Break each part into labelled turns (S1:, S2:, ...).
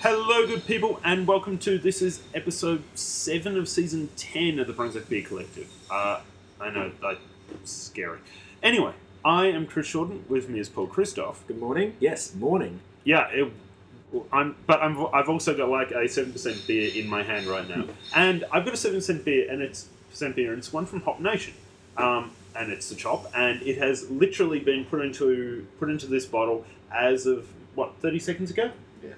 S1: Hello, good people, and welcome to this is episode seven of season ten of the Brunswick Beer Collective. Uh, I know that's scary. Anyway, I am Chris Shorten. With me is Paul Christoph.
S2: Good morning. Yes, morning.
S1: Yeah, it, I'm, but I'm, I've also got like a seven percent beer in my hand right now, and I've got a seven percent beer, and it's percent beer, and it's one from Hop Nation, um, and it's the chop, and it has literally been put into put into this bottle as of what thirty seconds ago.
S2: Yeah.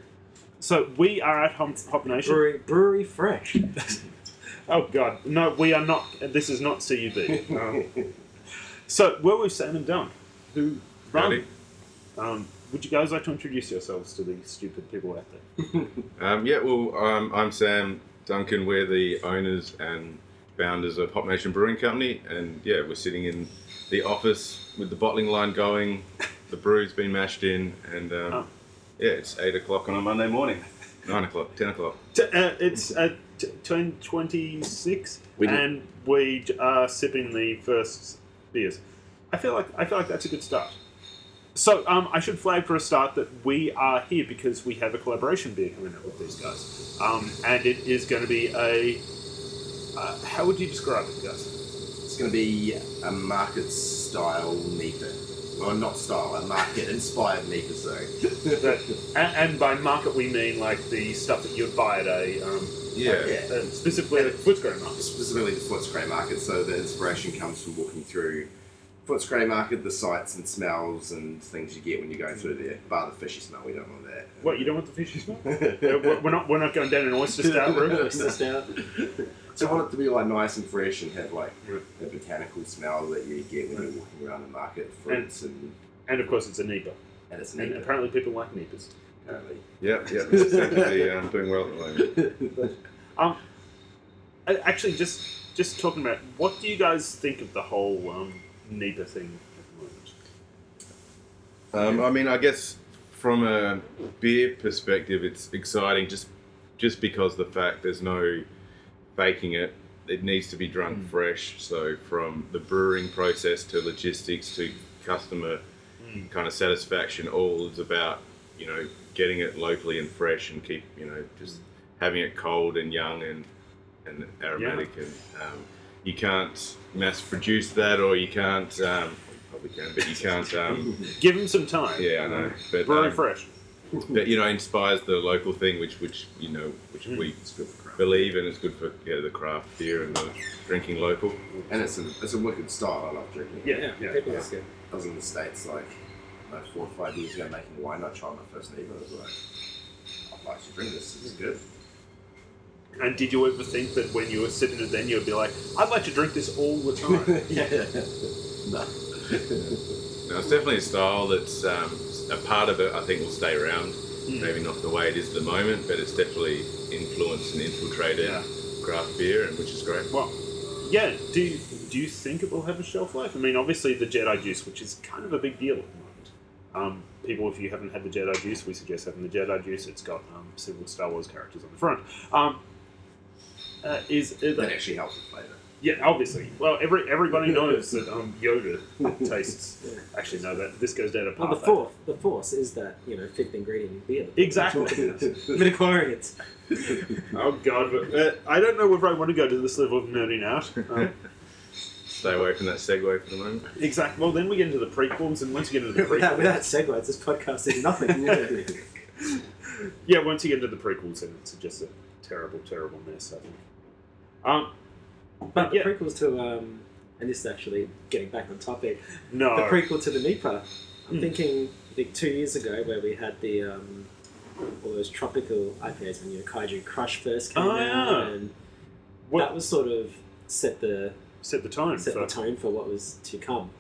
S1: So we are at Hop, Hop Nation.
S2: Brewery, brewery fresh.
S1: Oh God, no, we are not. This is not CUB. Um, so we're with Sam and Don, who run.
S3: Howdy.
S1: Um, would you guys like to introduce yourselves to the stupid people out there?
S3: Um, yeah, well, um, I'm Sam Duncan. We're the owners and founders of Hop Nation Brewing Company, and yeah, we're sitting in the office with the bottling line going, the brew's been mashed in, and um,
S1: Oh.
S3: yeah, it's eight o'clock on a Monday morning, nine o'clock, ten o'clock.
S1: T- uh, it's uh, t- ten twenty-six,
S3: We do.
S1: and we j- are sipping the first beers. I feel like I feel like that's a good start. So um, I should flag for a start that we are here because we have a collaboration beer coming up with these guys, um, and it is going to be a. Uh, how would you describe it, guys?
S4: It's going to be a market style Nika. Well, not style, a market inspired Nika, sorry.
S1: That- and, and by market we mean like the stuff that you'd buy at a um,
S3: Yeah,
S4: Yeah.
S1: uh, specifically at a Footscray market.
S4: Specifically the Footscray market, so the inspiration comes from walking through Footscray market, the sights and smells and things you get when you go through there. Bar the fishy smell, we don't want that.
S1: What you don't want the fishy smell? Uh,
S4: don't?
S1: we're we're not we're not going down an oyster stout route.
S2: Mr. Stout.
S4: so I want it to be like nice and fresh and have like
S1: Right.
S4: a botanical smell that you get when you're walking around the market, fruits and,
S1: And of course it's a Nipah.
S4: and it's
S1: And
S4: Nika,
S1: apparently people like Nipahs.
S4: apparently.
S3: yeah, yeah. It's seem to be um, doing well at the moment.
S1: Um, a- Uh, actually, just just talking about what do you guys think of the whole um, Nipah thing at the moment?
S3: Um, I mean, I guess from a beer perspective, it's exciting just just because the fact there's no baking it. It needs to be drunk fresh. So from the brewing process to logistics to customer
S1: Mm.
S3: kind of satisfaction, all is about you know getting it locally and fresh and keep you know just having it cold and young and and aromatic and um, you can't mass produce that or you can't um, probably can but you can't um,
S1: Give them some time.
S3: yeah, I know. But,
S1: Very
S3: um,
S1: fresh.
S3: but you know, inspires the local thing, which which you know, which
S1: Mm.
S3: we believe, and it's good for yeah, the craft beer and the drinking local.
S4: And it's a, it's a wicked style, I love drinking. it.
S1: Yeah, yeah.
S2: Yeah, people like it.
S4: I was in the States like, like four or five years ago making wine. I tried my first neighbor. I was like, I'd like to drink this. This is good.
S1: And did you ever think that when you were sipping it, then you'd be like, I'd like to drink this all the time?
S4: no.
S3: Now, it's definitely a style that's um, a part of it. I think will stay around.
S1: Mm.
S3: Maybe not the way it is at the moment, but it's definitely influenced and infiltrated
S1: Yeah.
S3: craft beer, and which is great.
S1: Well, yeah. Do you, do you think it will have a shelf life? I mean, obviously the Jedi juice, which is kind of a big deal at the moment. Um, people, if you haven't had the Jedi juice, we suggest having the Jedi juice. It's got um, several Star Wars characters on the front. Um, uh, is, is
S4: That actually helps the flavour.
S1: yeah, obviously. Well, every everybody knows that um, Yoda tastes. Actually, no, that this goes down a
S2: Well,
S1: path.
S2: the fourth, the force is that you know fifth ingredient in beer.
S1: Exactly.
S2: Midichlorians.
S1: Oh God, but, uh, I don't know whether I want to go to this level of nerding out. Um,
S3: Stay away from that segue for the moment.
S1: exactly. Well, then we get into the prequels, and once you get into the
S2: without,
S1: prequels,
S2: without segues, this podcast is nothing.
S1: Yeah, once you get into the prequels, then it's just a terrible, terrible mess. I think. Um,
S2: But the
S1: Yeah.
S2: prequels to um, and this is actually getting back on topic.
S1: no.
S2: the prequel to the Nipa. I'm
S1: Uh, Hmm.
S2: thinking, I think two years ago, where we had the um, all those tropical IPAs when your Kaiju Crush first came
S1: Oh,
S2: out,
S1: yeah.
S2: and
S1: what
S2: that was sort of set the
S1: set the tone
S2: set
S1: for
S2: the tone for what was to come,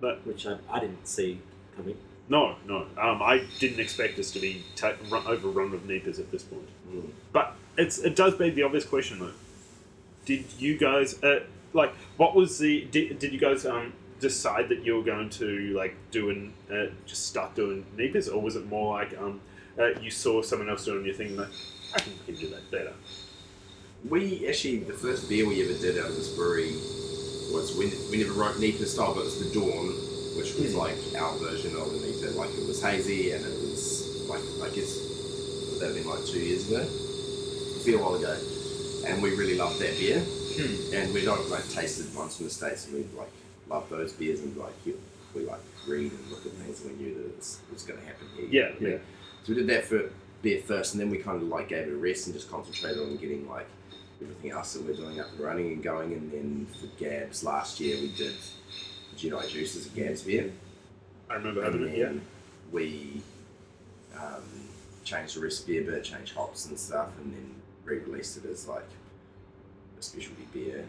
S1: But-
S2: which I, I didn't see coming.
S1: no, no. Um, I didn't expect us to be ta- run, overrun with Neepers at this point. But it's it does beg the obvious question though. Did you guys uh, like what was the did, did you guys um decide that you were going to like do and uh, just start doing Neepers, or was it more like um uh, you saw someone else doing your thing and like I think we can do that better.
S4: We actually, the first beer we ever did out of this brewery was, we, we never wrote Nita style, but it was the Dawn, which was like our version of the Nita. Like it was hazy and it was like, I guess, would that have been like two years ago? A fair while ago. And we really loved that beer.
S1: Hmm.
S4: And we don't like tasted ones from the States and we like loved those beers and like you we like read and look at things and we knew that it's, it's gonna happen here.
S1: Yeah, yeah.
S4: So we did that for beer first and then we kind of like gave it a rest and just concentrated on getting like everything else that we're doing up and running and going and then for Gabs last year we did Jedi Juice as a Gabs beer.
S1: I remember having it. Yeah.
S4: And We um, changed the recipe a bit, changed hops and stuff, and then re-released it as like a specialty beer.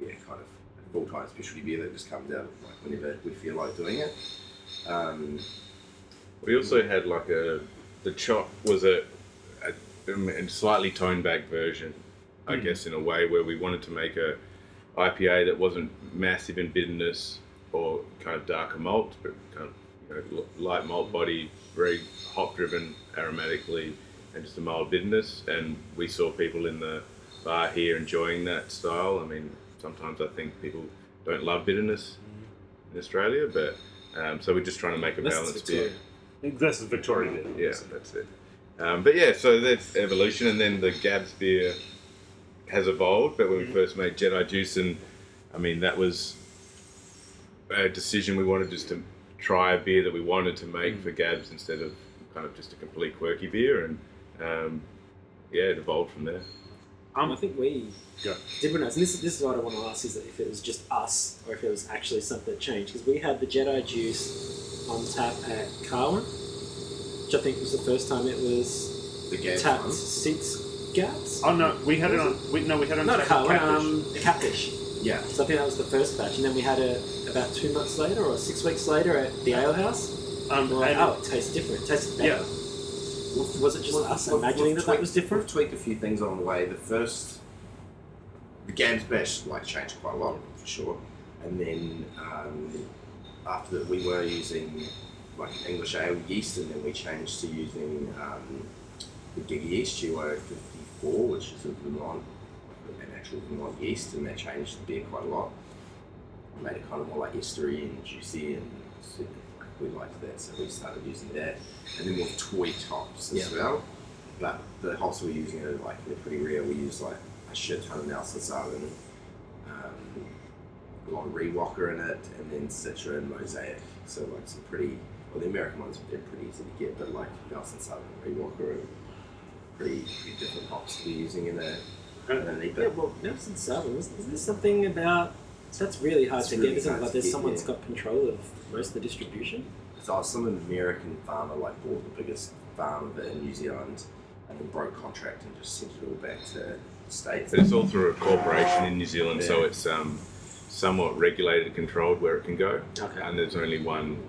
S4: Yeah, kind of a full-time specialty beer that just comes out like whenever we feel like doing it. Um,
S3: We also had like a the chop was a, a, um, a slightly toned back version, I guess in a way where we wanted to make a IPA that wasn't massive in bitterness or kind of darker malt, but kind of you know, l- light malt body, very hop driven aromatically, and just a mild bitterness. And we saw people in the bar here enjoying that style. I mean, sometimes I think people don't love bitterness in Australia, but um, so we're just trying to make a
S2: Unless it's
S3: balanced beer.
S2: Victoria.
S1: This is Victoria. Then.
S3: Yeah, that's it. Um, but yeah, so that's evolution, and then the Gabs beer has evolved. But when we first made Jedi Juice, and I mean that was a decision we wanted just to try a beer that we wanted to make for Gabs instead of kind of just a complete quirky beer, and um, yeah, it evolved from there.
S2: Um, I think we
S1: Go.
S2: did realize, and this, this is what I want to ask: is that if it was just us, or if it was actually something that changed? Because we had the Jedi Juice on tap at Carwin, which I think was the first time it was
S4: the Gabs
S2: tapped
S4: one.
S2: since Gats.
S1: Oh no, we had it on. We, no, we had it on.
S2: Not a
S1: tap at
S2: Carwin,
S1: Catfish.
S2: um, a catfish.
S4: Yeah,
S2: So I think that was the first batch, and then we had it about two months later or six weeks later at the ale house.
S1: Um,
S2: And we're like,
S1: and-
S2: oh, it tastes different. It tastes better.
S1: yeah,
S2: Was it just us
S4: We've-
S2: imagining
S4: we've
S2: that that was
S4: tweaked-
S2: different?
S4: We've tweaked a few things on the way. The first, the game's bash like changed quite a lot for sure, and then um, after that we were using like English ale yeast, and then we changed to using um, the Giga Yeast Duo 54, which is a Vermont, an actual Vermont yeast, and that changed the beer quite a lot. It made it kind of more like estery and juicy, and so, like, we liked that, so we started using that, and then more toy tops as well but the hops we're using are like they're pretty rare. We use like a shit ton of Nelson's and um, a lot of Rewalker in it, and then Citra and Mosaic. So like some pretty well, the American ones they're pretty easy to get, but like Nelson Southern and Rewalker are pretty, pretty different hops to be using in a in an IPA.
S2: Yeah, well, Nelson Salvin, isn't, isn't there something about. So that's really hard
S4: It's
S2: to
S4: really
S2: get, isn't it?
S4: hard
S2: Like,
S4: to
S2: there's
S4: get,
S2: someone
S4: yeah.
S2: has got control of most of the distribution.
S4: So some American farmer like bought the biggest farm of it in New Zealand, and then broke contract and just sent it all back to the states.
S3: But it's all through a corporation in New Zealand, so
S4: Yeah.
S3: it's um, somewhat regulated, and controlled where it can go.
S2: Okay.
S3: And there's only one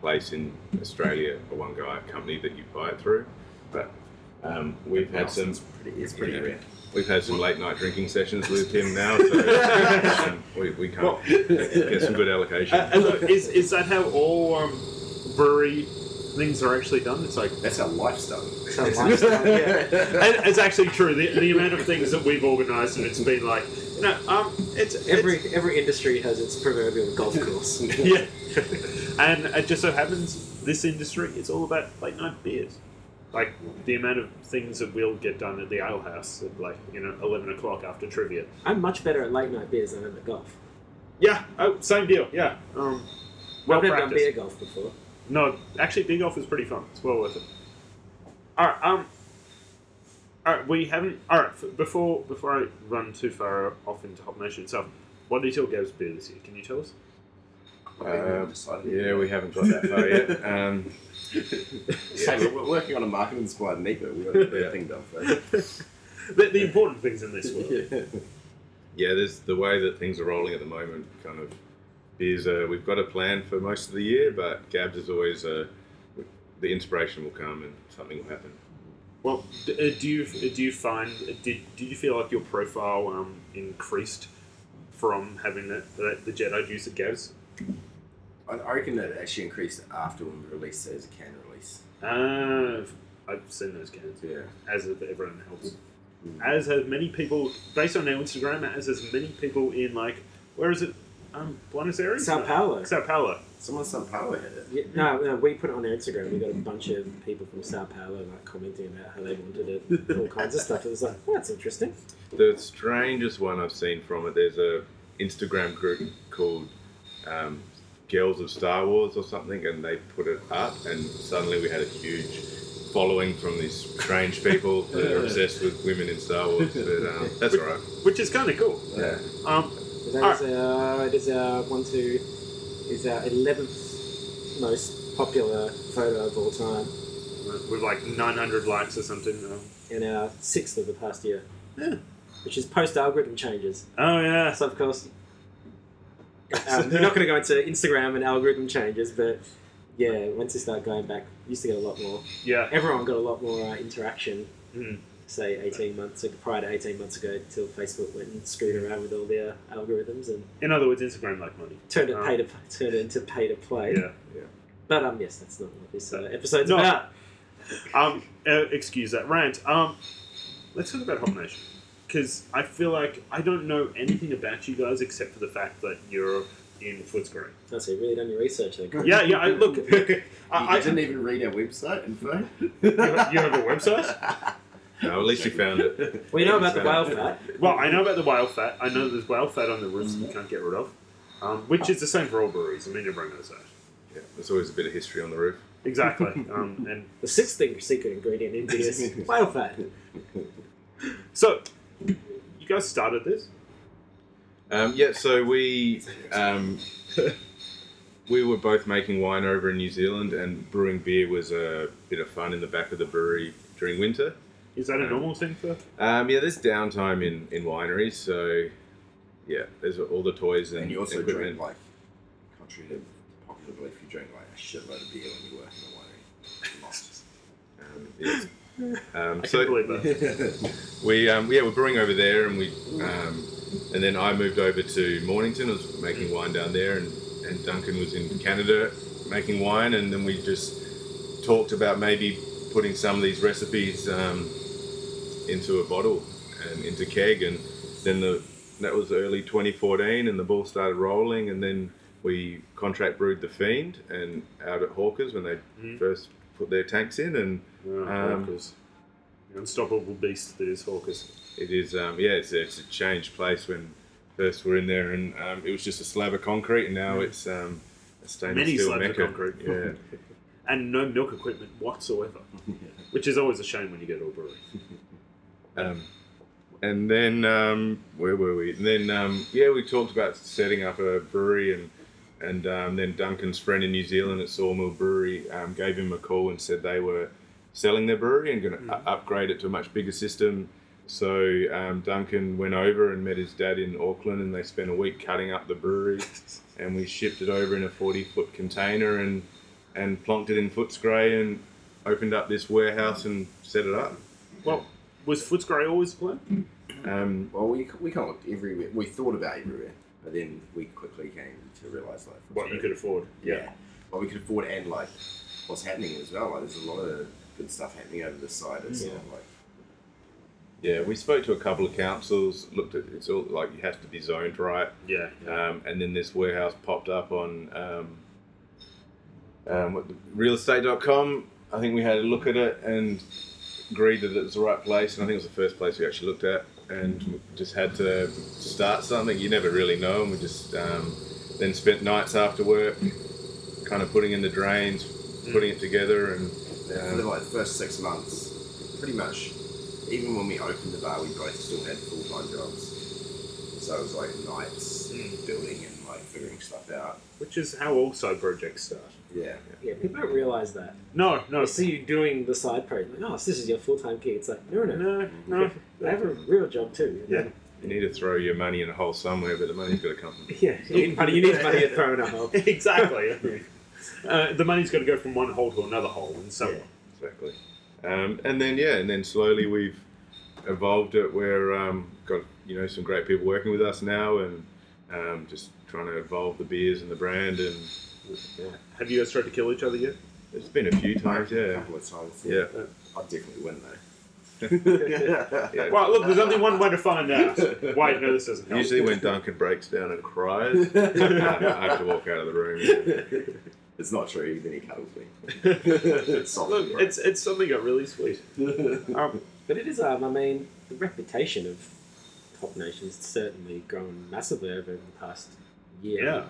S3: place in Australia or one guy company that you buy it through. But um, we've had some
S4: Nelson's pretty, it's pretty
S3: Yeah.
S4: rare.
S3: we've had some late night drinking sessions with him now, so um, we, we can't
S1: Well-
S3: get some good allocation.
S1: Uh, and look, is is that how all um, brewery things are actually done? It's like
S4: That's our lifestyle.
S2: That's our lifestyle,
S1: and it's actually true. The, the amount of things that we've organised and it's been like, no, um, it's
S2: Every every industry has its proverbial golf course.
S1: it's- yeah, and it just so happens this industry is all about late night beers. Like the amount of things that we'll get done at the ale house at like you know eleven o'clock after trivia.
S2: I'm much better at late night beers than I'm at golf.
S1: Yeah, oh, same deal. Yeah, um, well
S2: I've never done
S1: practiced.
S2: beer golf before.
S1: No, actually, big off is pretty fun. It's well worth it. All right. Um. All right. We haven't. All right. f- Before before I run too far off into Hop Nation itself, what is your Gabs beer this year? Can you tell us?
S4: Uh,
S3: Um,
S4: Decided.
S3: yeah, we haven't got that far yet. Um,
S4: Hey, we're- we're working on a marketing inspired NEPA. We've got
S3: Yeah.
S4: that thing done first.
S1: The, the important things in this world.
S3: yeah, there's the way that things are rolling at the moment. Kind of is uh, we've got a plan for most of the year, but Gabs is always uh, the inspiration will come and something will happen.
S1: Well, d- uh, do you do you find did did you feel like your profile um increased from having that, that the Jedi juice at Gabs?
S4: I I reckon that it actually increased after when we released it as a can release.
S1: Uh, I've seen those cans.
S4: Yeah.
S1: as have everyone else. As have many people, based on our Instagram, as has many people in like, where is it? um, Buenos Aires?
S2: Sao
S1: No.
S2: Paulo.
S1: Sao Paulo.
S4: Someone Sao Paulo had it.
S2: Yeah, no, no, we put it on our Instagram. We got a bunch of people from Sao Paulo like commenting about how they wanted it, and all kinds of stuff. It was like, well, that's interesting.
S3: The strangest one I've seen from it, there's a Instagram group called um, Girls of Star Wars or something, and they put it up, and suddenly we had a huge following from these strange people that are obsessed with women in Star Wars. But um, that's all right.
S1: Which is kind of cool.
S4: Yeah.
S1: Um,
S2: So that is our, it is our one two, is our eleventh most popular photo of all time,
S1: with with like 900 likes or something. Um,
S2: and our sixth of the past year.
S1: Yeah.
S2: Which is post algorithm changes.
S1: oh, yeah.
S2: So of course, um, we're not going to go into Instagram and algorithm changes, but yeah, once you start going back, you used to get a lot more.
S1: Yeah.
S2: Everyone got a lot more uh, interaction
S1: Mm.
S2: say 18 months ago, prior to 18 months ago, till Facebook went and screwed around with all their algorithms and
S1: In other words, Instagram like money.
S2: turned it
S1: Oh.
S2: pay to turned it into pay to play.
S1: Yeah.
S2: But um, yes, that's not what this uh, episode's
S1: No.
S2: about.
S1: Um, uh, excuse that rant. Um, let's talk about Hop Nation. Because I feel like I don't know anything about you guys except for the fact that you're in Footscray.
S2: Oh, so you really done your research then.
S1: Yeah, yeah, I, look. look
S4: you
S1: I, I,
S4: didn't even read our website and phone.
S1: have- you have a website?
S3: No, at least you found it.
S2: We know about the whale fat.
S1: well, I know about the whale fat. I know there's whale fat on the roofs that you can't get rid of, um, which is the same for all breweries. I mean, everyone knows that.
S3: Yeah, there's always a bit of history on the roof.
S1: Exactly. Um, and
S2: The sixth thing, secret ingredient in beer is whale fat.
S1: so, you guys started this?
S3: Um, yeah, so we um, we were both making wine over in New Zealand, and brewing beer was a bit of fun in the back of the brewery during winter.
S1: Is that a normal thing for?
S3: Um, yeah, there's downtime in, in wineries, so yeah, there's all the toys and,
S4: And you also
S3: equipment.
S4: drank like, contrary to popular belief, you drank like a shitload of beer when you work in a winery. Lots.
S3: Um, yes. um,
S1: I
S3: so
S1: can believe that.
S3: we um, yeah we're brewing over there, and we um, and then I moved over to Mornington. I was making wine down there, and, and Duncan was in Canada making wine, and then we just talked about maybe putting some of these recipes um, into a bottle and into keg, and then the that was early 2014, and the ball started rolling, and then we contract brewed the Fiend and out at Hawkers when they
S1: Mhm.
S3: first put their tanks in, and
S1: Oh,
S3: Um,
S1: Hawkers. The unstoppable beast that is Hawkers.
S3: It is, um, yeah, it's, it's a changed place when first we're in there, and um, it was just a slab of concrete, and now it's um, a stainless
S1: Many
S3: steel
S1: slabs of
S3: mecca.
S1: concrete.
S3: Yeah,
S1: and no milk equipment whatsoever, which is always a shame when you go to a brewery.
S3: um, and then um, where were we? And then um, yeah, we talked about setting up a brewery, and and um, then Duncan's friend in New Zealand at Sawmill Brewery um, gave him a call and said they were selling their brewery and going to upgrade it to a much bigger system. So um, Duncan went over and met his dad in Auckland, and they spent a week cutting up the brewery, and we shipped it over in a forty foot container and and plonked it in Footscray and opened up this warehouse and set it up.
S1: Well, was Footscray always the plan?
S3: Um,
S4: Well, we, we kind of looked everywhere. We thought about everywhere, but then we quickly came to realize like
S1: What you could afford.
S4: yeah, what we could afford and like what's happening as well. Like there's a lot of good stuff happening over the side. It's
S2: Yeah.
S4: not like
S3: Yeah, we spoke to a couple of councils. Looked at it's all like you have to be zoned right,
S1: Yeah.
S3: um, and then this warehouse popped up on um, um, what- realestate.com. I think we had a look at it and agreed that it was the right place, and I think it was the first place we actually looked at, and we just had to start something. You never really know, and we just um, then spent nights after work, kind of putting in the drains, putting it together, and
S4: Mm.
S3: um,
S4: Yeah, for the like first six months, pretty much, even when we opened the bar, we both still had full time jobs. So it was like nights
S1: Mm.
S4: building and like figuring stuff out.
S1: Which is how all side projects start.
S4: Yeah,
S2: Yeah, people don't realise that.
S1: No, no.
S2: They see you doing the side project. Like, oh, so this is your full time gig. It's like, no, no, no.
S1: No, no.
S2: I have a real job too.
S1: Yeah.
S3: you need to throw your money in a hole somewhere, but the money's got to come from.
S2: Yeah, you need money. You need money to throw in a hole.
S1: exactly. uh, the money's got to go from one hole to another hole and so
S2: Yeah.
S3: Exactly. Um, and then yeah, and then slowly we've evolved it. Where um, got you know some great people working with us now, and um, just trying to evolve the beers and the brand. And yeah,
S1: Have you guys tried to kill each other yet?
S3: it's been a few times.
S4: a
S3: Oh, Yeah,
S4: couple of times.
S3: yeah.
S4: I'd definitely win though.
S3: Yeah.
S1: Well, look, there's only one way to find out. Wait, no, this doesn't help.
S3: Usually, when Duncan breaks down and cries, I have to walk out of the room.
S4: it's not true. Then he cuddles me. it's solid.
S1: Look,
S4: bro.
S1: it's it's something got really sweet. Um,
S2: But it is, um, I mean, the reputation of Pop Nation has certainly grown massively over the past year.
S1: yeah,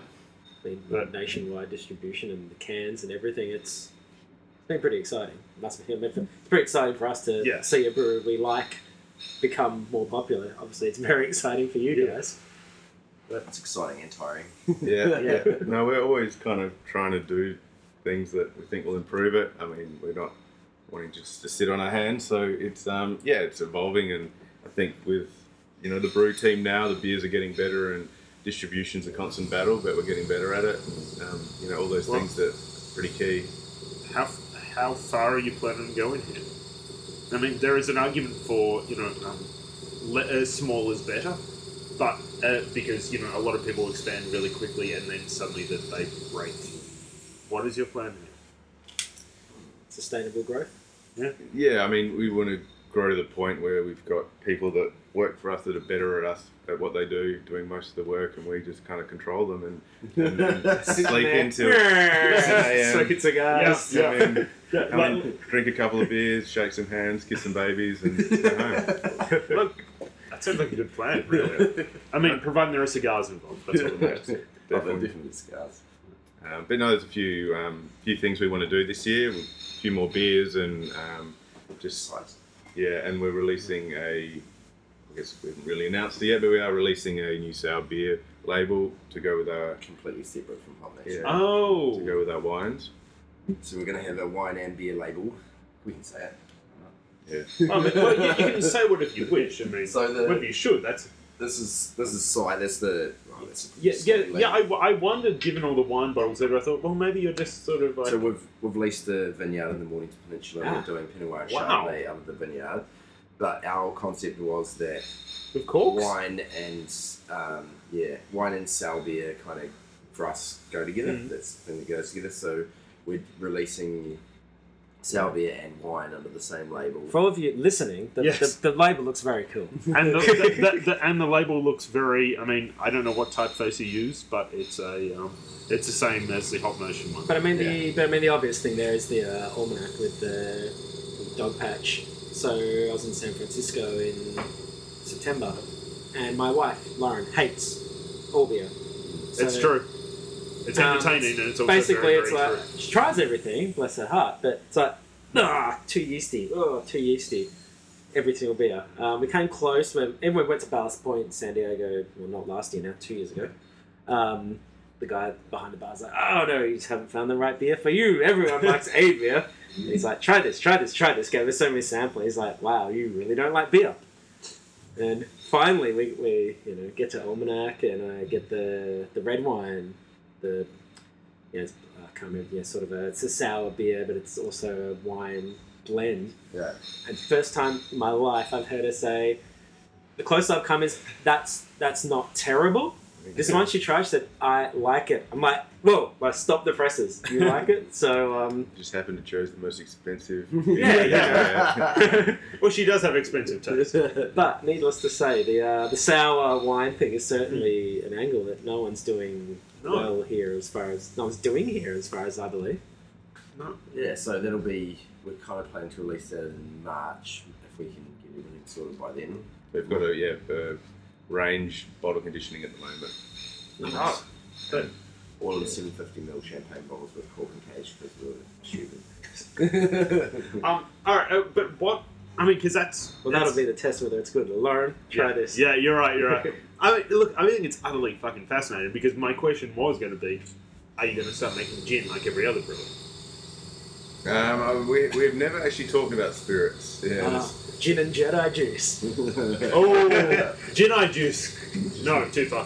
S2: I mean,
S1: But-
S2: nationwide distribution and the cans and everything, it's, it's been pretty exciting. It must be, I mean, it's pretty exciting for us to
S1: Yeah.
S2: see a brewery we like become more popular. Obviously, it's very exciting for you
S1: Yeah.
S2: guys.
S4: it's exciting and tiring.
S3: Yeah,
S2: Yeah.
S3: yeah. No, we're always kind of trying to do things that we think will improve it. I mean, we're not wanting just to sit on our hands. So it's um, yeah, it's evolving, and I think with you know the brew team now, the beers are getting better, and distribution's a constant battle, but we're getting better at it. And, um, you know, all those
S1: Well-
S3: things that are pretty key.
S1: how f- how far are you planning on going here? I mean, there is an argument for you know, um, le- uh, small is better, but uh, because you know a lot of people expand really quickly and then suddenly that they break. What is your plan here?
S2: Sustainable growth.
S3: Yeah, I mean, we want to grow to the point where we've got people that work for us that are better at us at what they do, doing most of the work, and we just kind of control them and, and, and sleep into it.
S1: Yeah.
S2: Smoking cigars.
S1: Yeah.
S3: Come in,
S1: Yeah,
S3: come in, drink a couple of beers, shake some hands, kiss some babies, and go home.
S1: like- look, that sounds like a good plan, really. I mean, providing there are cigars involved. That's all that matters.
S4: Other
S3: Definitely.
S4: different scars.
S3: Um, but no, there's a few um, few things we want to do this year. A few more beers and um, just
S4: Besides,
S3: Yeah, and we're releasing a. I guess we haven't really announced it yet, but we are releasing a new sour beer label to go with our
S4: completely separate from Pop Nation.
S3: Yeah. to
S1: Oh,
S3: go with our wines.
S4: So we're gonna have a wine and beer label. We can say
S3: Yeah,
S4: it.
S1: I mean, Oh, well, you, you can say whatever you wish. I mean,
S4: So the-
S1: whatever you should. That's
S4: This is this is side. That's the. Oh, that's
S1: yeah, yeah,
S4: label.
S1: yeah. I, I wondered, given all the wine bottles there, I thought, well, maybe you're just sort of like
S4: So we've we've leased the vineyard in the Mornington Peninsula.
S2: Ah.
S4: We're doing Pinot Noir and
S1: Wow.
S4: Chardonnay out of the vineyard. But our concept was that
S1: with corks.
S4: wine and um, yeah, wine and sour beer kind of for us go together.
S1: Mhm.
S4: That's the thing that goes together. So we're releasing sour beer and wine under the same label.
S2: For all of you listening, the,
S1: Yes.
S2: the, the label looks very cool.
S1: and the, the, the, the and the label looks very. I mean, I don't know what typeface you use, but it's a um, it's the same as the Hop Nation one.
S2: But I mean the but I mean the obvious thing there is the uh, almanac with the dog patch. So I was in San Francisco in September, and my wife Lauren hates all beer. So
S1: it's true. It's
S2: Um,
S1: entertaining, and it's also
S2: Basically,
S1: very,
S2: it's
S1: very
S2: like she tries everything, bless her heart, but it's like ah, too yeasty, oh, too yeasty. Every single beer. Um, we came close. When, and we went to Ballast Point, San Diego. Well, not last year now, two years ago. Um, the guy behind the bar's like, "Oh no, you just haven't found the right beer for you. Everyone likes a beer." And he's like, "Try this, try this, try this." Gave us so many samples. He's like, "Wow, you really don't like beer." And finally, we, we you know get to Almanac and I get the the red wine, the you know, it's, I can't remember. Yeah, sort of a it's a sour beer, but it's also a wine blend.
S4: Yeah.
S2: And first time in my life, I've heard her say, "The closest I've come is that's that's not terrible." This one she tried, she said, "I like it." I'm like, "Whoa!" Like, stop the presses. You like it? So, um,
S3: just happened to choose the most expensive.
S2: Yeah,
S1: true. Well, she does have expensive taste.
S2: but needless to say, the uh, the sour wine thing is certainly an angle that no one's doing
S1: Hmm. No.
S2: well here, as far as no one's doing here, as far as I believe.
S4: Yeah, so that'll be. We're kind of planning to release that in March if we can get everything sorted by then.
S3: They've got a yeah uh, range bottle conditioning at the moment.
S1: Oh, but-
S4: All in 750ml champagne bottles with cork and cage because we're stupid.
S1: Um, all right, uh, but what? I mean, because that's
S2: Well, that'll be the test whether it's good. Lauren, try
S1: yeah,
S2: this.
S1: Yeah, you're right. You're right. I mean, look, I think it's utterly fucking fascinating because my question was going to be, are you going to start making gin like every other brewery?
S3: Um, uh, we, we've never actually talked about spirits. Yeah,
S2: Ah, gin and Jedi juice.
S1: Oh, gin I juice. No, too far.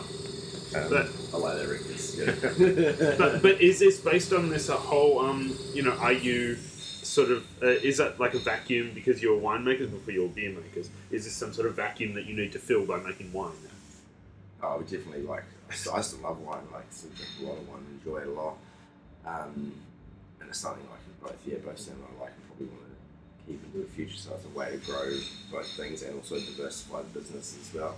S3: um,
S1: But
S4: I like that reference. Yeah.
S1: but, but is this based on this uh, whole um you know are you sort of uh, is that like a vacuum because you're winemakers before you're beer makers is this some sort of vacuum that you need to fill by making wine
S4: Oh, I would definitely like. I still, I still love wine. Like, I still drink a lot of wine, enjoy it a lot. Um, and it's something I can both, yeah, both Sam and I like, and probably want to keep into the future. So it's a way to grow both things and also diversify the business as well.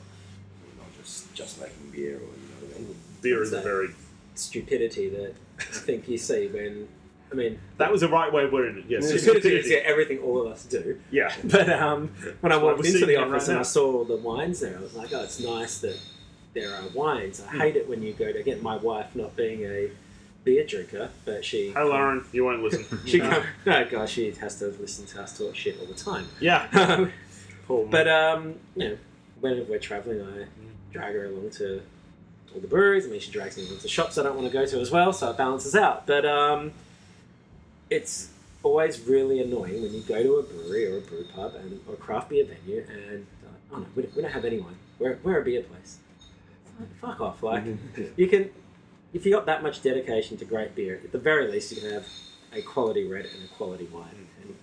S4: You're not just just making beer, or you know what I mean.
S1: Beer is a
S2: So-
S1: very.
S2: Stupidity that I think you see when. I mean,
S1: That was the right way of wording it. Yes.
S2: stupidity is yeah, everything all of us do.
S1: Yeah.
S2: But um, when I
S1: That's why
S2: walked
S1: we're
S2: into
S1: sitting
S2: the
S1: here
S2: office
S1: right
S2: and
S1: now.
S2: I saw the wines there, I was like, oh, it's nice that there are wines.
S1: Hmm.
S2: I hate it when you go to get my wife not being a beer drinker, but she.
S1: Hi, Lauren. You won't listen. Uh,
S2: She
S1: No.
S2: come, no, gosh, she has to listen to us talk shit all the time. Um,
S1: Yeah. Paul.
S2: but um, you know, whenever we're traveling, I drag her along to all the breweries. I mean, she drags me along to shops I don't want to go to as well, so it balances out. But um, it's always really annoying when you go to a brewery or a brew pub and or a craft beer venue, and they're like, oh no, we don't, we don't have anyone. We're we're a beer place. It's like, Fuck off! Like you can, if you got that much dedication to great beer, at the very least, you can have a quality red and a quality wine. And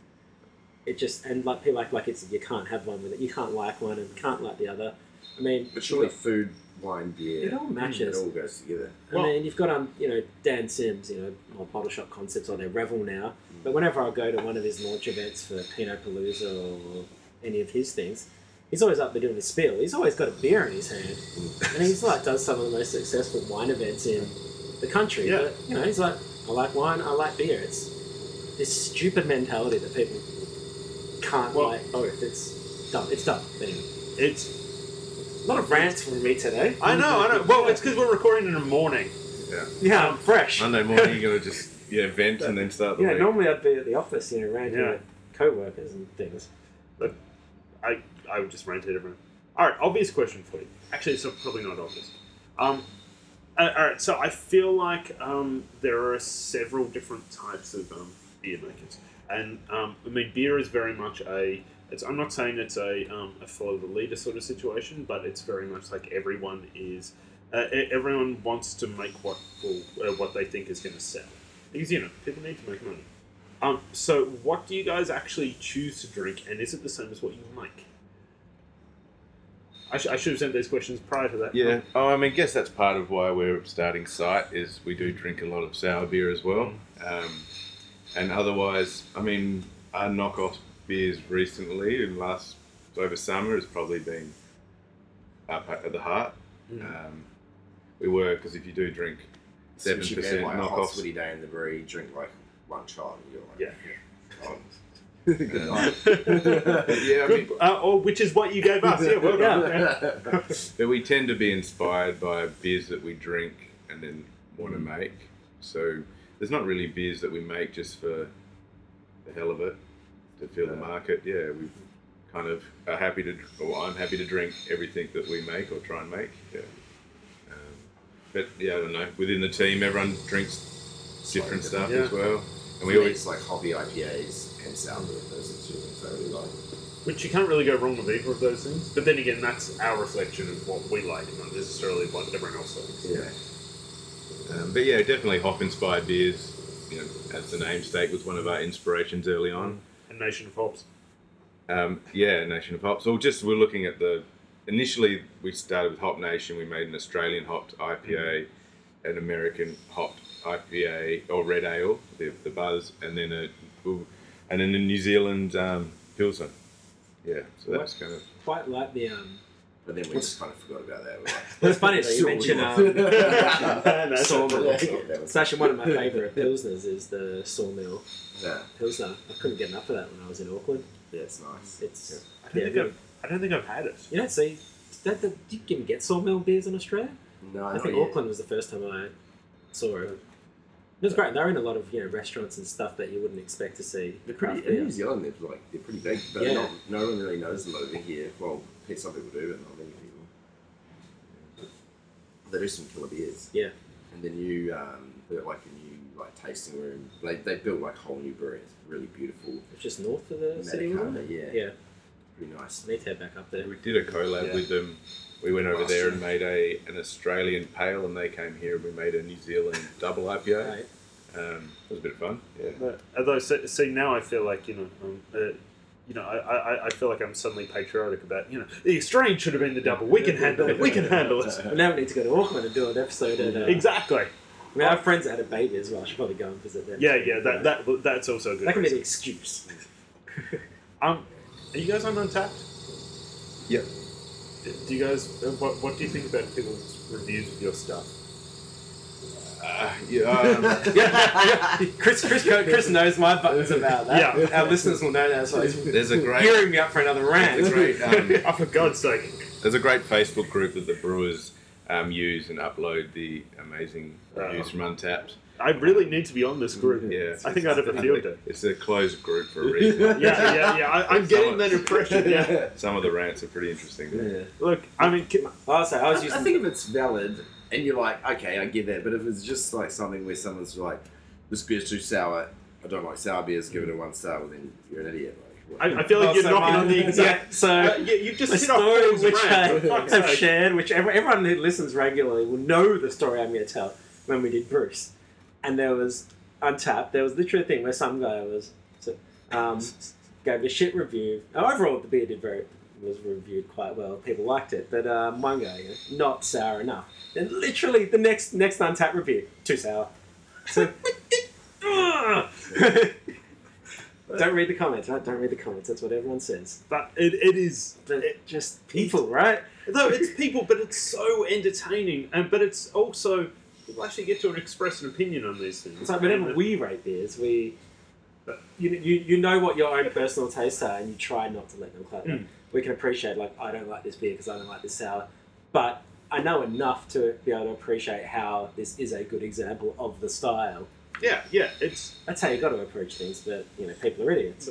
S2: it just and like people like like it's you can't have one with it. You can't like one and can't like the other. I mean,
S4: But surely food, wine, beer,
S2: It all matches.
S4: It all goes together.
S1: Well-
S2: I mean, you've got um, you know, Dan Sims, you know, or Bottle Shop Concepts, or they Revel now.
S1: Mm.
S2: But whenever I go to one of his launch events for Pinot Palooza or any of his things, he's always up there doing his spiel. He's always got a beer in his hand,
S1: Mm.
S2: and he's like does some of the most successful wine events in the country.
S1: Yeah.
S2: But you know, he's like, I like wine, I like beer. It's this stupid mentality that people can't
S1: Well-
S2: like. Oh, it's dumb. It's dumb. Anyway,
S1: It's.
S2: a lot of rants from me today.
S1: I know. I know. Well, it's because we're recording in the morning.
S2: Yeah, I'm fresh.
S3: Monday morning, you're gonna just yeah vent and then start the
S2: Yeah,
S3: week.
S2: normally I'd be at the office, you know, around
S1: Yeah.
S2: your co-workers and things.
S1: I I would just rant at everyone. All right. Obvious question for you. Actually, it's probably not obvious. Um. uh, all right. So I feel like um there are several different types of um beer makers, and um I mean beer is very much a. It's, I'm not saying it's a, um, a follow the leader sort of situation, but it's very much like everyone is, uh, e- everyone wants to make what will, uh, what they think is going to sell, because you know people need to make money. Um, so, what do you guys actually choose to drink, and is it the same as what you make? I, sh- I should have sent those questions prior to that.
S3: Yeah. Oh, I mean, guess that's part of why we're starting site is we do drink a lot of sour beer as well,
S4: Mm.
S3: um, and otherwise, I mean, our knockoff beers recently in last over summer has probably been up at the heart.
S4: Mm.
S3: Um, we were because if you do drink seven
S4: Since you've had
S3: percent
S4: like a hot
S3: knockoffs,
S4: sweaty day in the brewery, drink like one shot and you're like,
S1: Yeah.
S4: Oh,
S3: Good
S4: night.
S3: yeah, I mean,
S1: Good, uh, or which is what you gave us. Yeah, well done.
S3: But we tend to be inspired by beers that we drink and then want to make. So there's not really beers that we make just for the hell of it to fill the
S4: Yeah.
S3: market. Yeah, we kind of are happy to, or I'm happy to drink everything that we make or try and make. Yeah. Um, but yeah, I don't know. Within the team, everyone drinks different stuff as
S1: Yeah.
S3: well, and
S4: We
S3: we always
S4: always like hobby IPAs and sour beer. Those are two things I really like.
S1: Which you can't really go wrong with either of those things. But then again, that's our reflection of what we like, not necessarily what everyone else likes.
S4: Yeah.
S3: Um, but yeah, definitely hop inspired beers. You know, as the namesake was one of our inspirations early on.
S1: A nation of hops.
S3: Um, yeah, Nation of Hops. Or just we're looking at the. Initially, we started with Hop Nation. We made an Australian hopped IPA, an American hopped IPA or red ale, the, the buzz, and then a and then a New Zealand um, Pilsner. Yeah, so that's kind of
S2: Quite like the um.
S4: But then we just kind of forgot about that. We're like,
S2: Well, it's funny that you
S4: Sure,
S2: mentioned
S4: we
S2: um,
S1: No, it's
S2: Sawmill.
S1: okay.
S4: That's not- that
S2: It's
S4: was-
S2: actually one of my favourite pilsners is the Sawmill
S4: Yeah,
S2: Pilsner. I couldn't get enough of that when I was in Auckland.
S4: yeah, it's nice.
S2: It's
S1: I don't, think
S2: Yeah.
S1: I've, I don't think I've had it.
S2: you don't see that, that you can get Sawmill beers in Australia.
S4: No,
S2: I think Auckland was the first time I saw it. It was great. They're in a lot of you know restaurants and stuff that you wouldn't expect to see.
S4: They're
S2: craft
S4: pretty in
S2: beer.
S4: New Zealand. They're like they're pretty big, but
S2: Yeah.
S4: not, no one really knows them over here. Well, pe- some people do, but not many people. They do some killer beers.
S2: Yeah.
S4: And then you um, built like a new like tasting room. They they built like a whole new brewery. It's really beautiful.
S2: It's just north of the city, wasn't
S4: Americana,
S2: it?
S4: yeah,
S2: Yeah,
S4: pretty nice.
S2: need to head back up there.
S3: we did a collab
S4: Yeah.
S3: with them. We went over
S4: Last
S3: there
S4: year.
S3: and made a an Australian pale, and they came here and we made a New Zealand double IPA.
S2: Right.
S3: Um, it was a bit of fun. Yeah.
S1: But, although, see, see now I feel like you know, um, uh, you know, I, I, I feel like I'm suddenly patriotic about you know the Australian should have been the double. We can handle it. We can handle it.
S2: Well, now we need to go to Auckland and do an episode. At, uh,
S1: Exactly.
S2: I mean, our friends that had a baby as well. I should probably go and visit them.
S1: Yeah, yeah. That, that that's also a good.
S2: That can be
S1: reason.
S2: the excuse.
S1: Um, are you guys on Untapped?
S3: Yep.
S1: Do, do you guys? uh, What What do you think about people's reviews of your stuff?
S3: Uh, yeah, um,
S2: yeah, yeah. Chris, Chris, Chris knows my buttons about that.
S3: Yeah.
S2: Our listeners will know that. So he's
S3: there's a great,
S2: gearing me up for another rant.
S3: there's a great, um,
S1: oh, for God's sake!
S3: there's a great Facebook group that the brewers um, use and upload the amazing reviews from Untapped.
S1: I really need to be on this group.
S3: Yeah,
S1: I think I'd have appealed it.
S3: it's a closed group for a reason.
S1: Yeah, yeah, yeah. I, I'm getting that impression. Yeah.
S3: Some of the rants are pretty interesting.
S4: Yeah.
S1: Look, I mean, c-
S2: I'll say, I
S4: I,
S2: was
S4: I
S2: using.
S4: think if it's valid and you're like, okay, I get that, but if it's just like something where someone's like, this beer's too sour, I don't like sour beers, give it a one star, well then you're an idiot. Like,
S1: I, I feel like
S2: I'll
S1: you're
S2: say
S1: knocking
S2: mine.
S1: on the exact.
S2: Yeah, so.
S1: Uh, yeah, you've just
S2: a
S1: hit off
S2: story
S1: Paul's
S2: which I
S1: rant, for fuck's
S2: have
S1: sake.
S2: shared, which ev- everyone who listens regularly will know the story I'm going to tell when we did Bruce. And there was Untapped, there was literally a thing where some guy was um, gave a shit review. Now, overall, the beer did very was reviewed quite well. People liked it, but uh, one guy, you know, not sour enough. And literally, the next next Untapped review, too sour. So, don't read the comments, right? Don't read the comments. That's what everyone says.
S1: But it, it is
S2: But
S1: it-
S2: just people, right?
S1: No, it's people, but it's so entertaining, and but it's also people actually get to express an opinion on these things.
S2: It's like whenever
S1: And-
S2: we rate beers, we you, you you know what your own personal tastes are, and you try not to let them cloud
S1: Mm.
S2: them. We can appreciate like I don't like this beer because I don't like this sour, but I know enough to be able to appreciate how this is a good example of the style.
S1: yeah, yeah, it's.
S2: That's how you got to approach things, but you know people are idiots.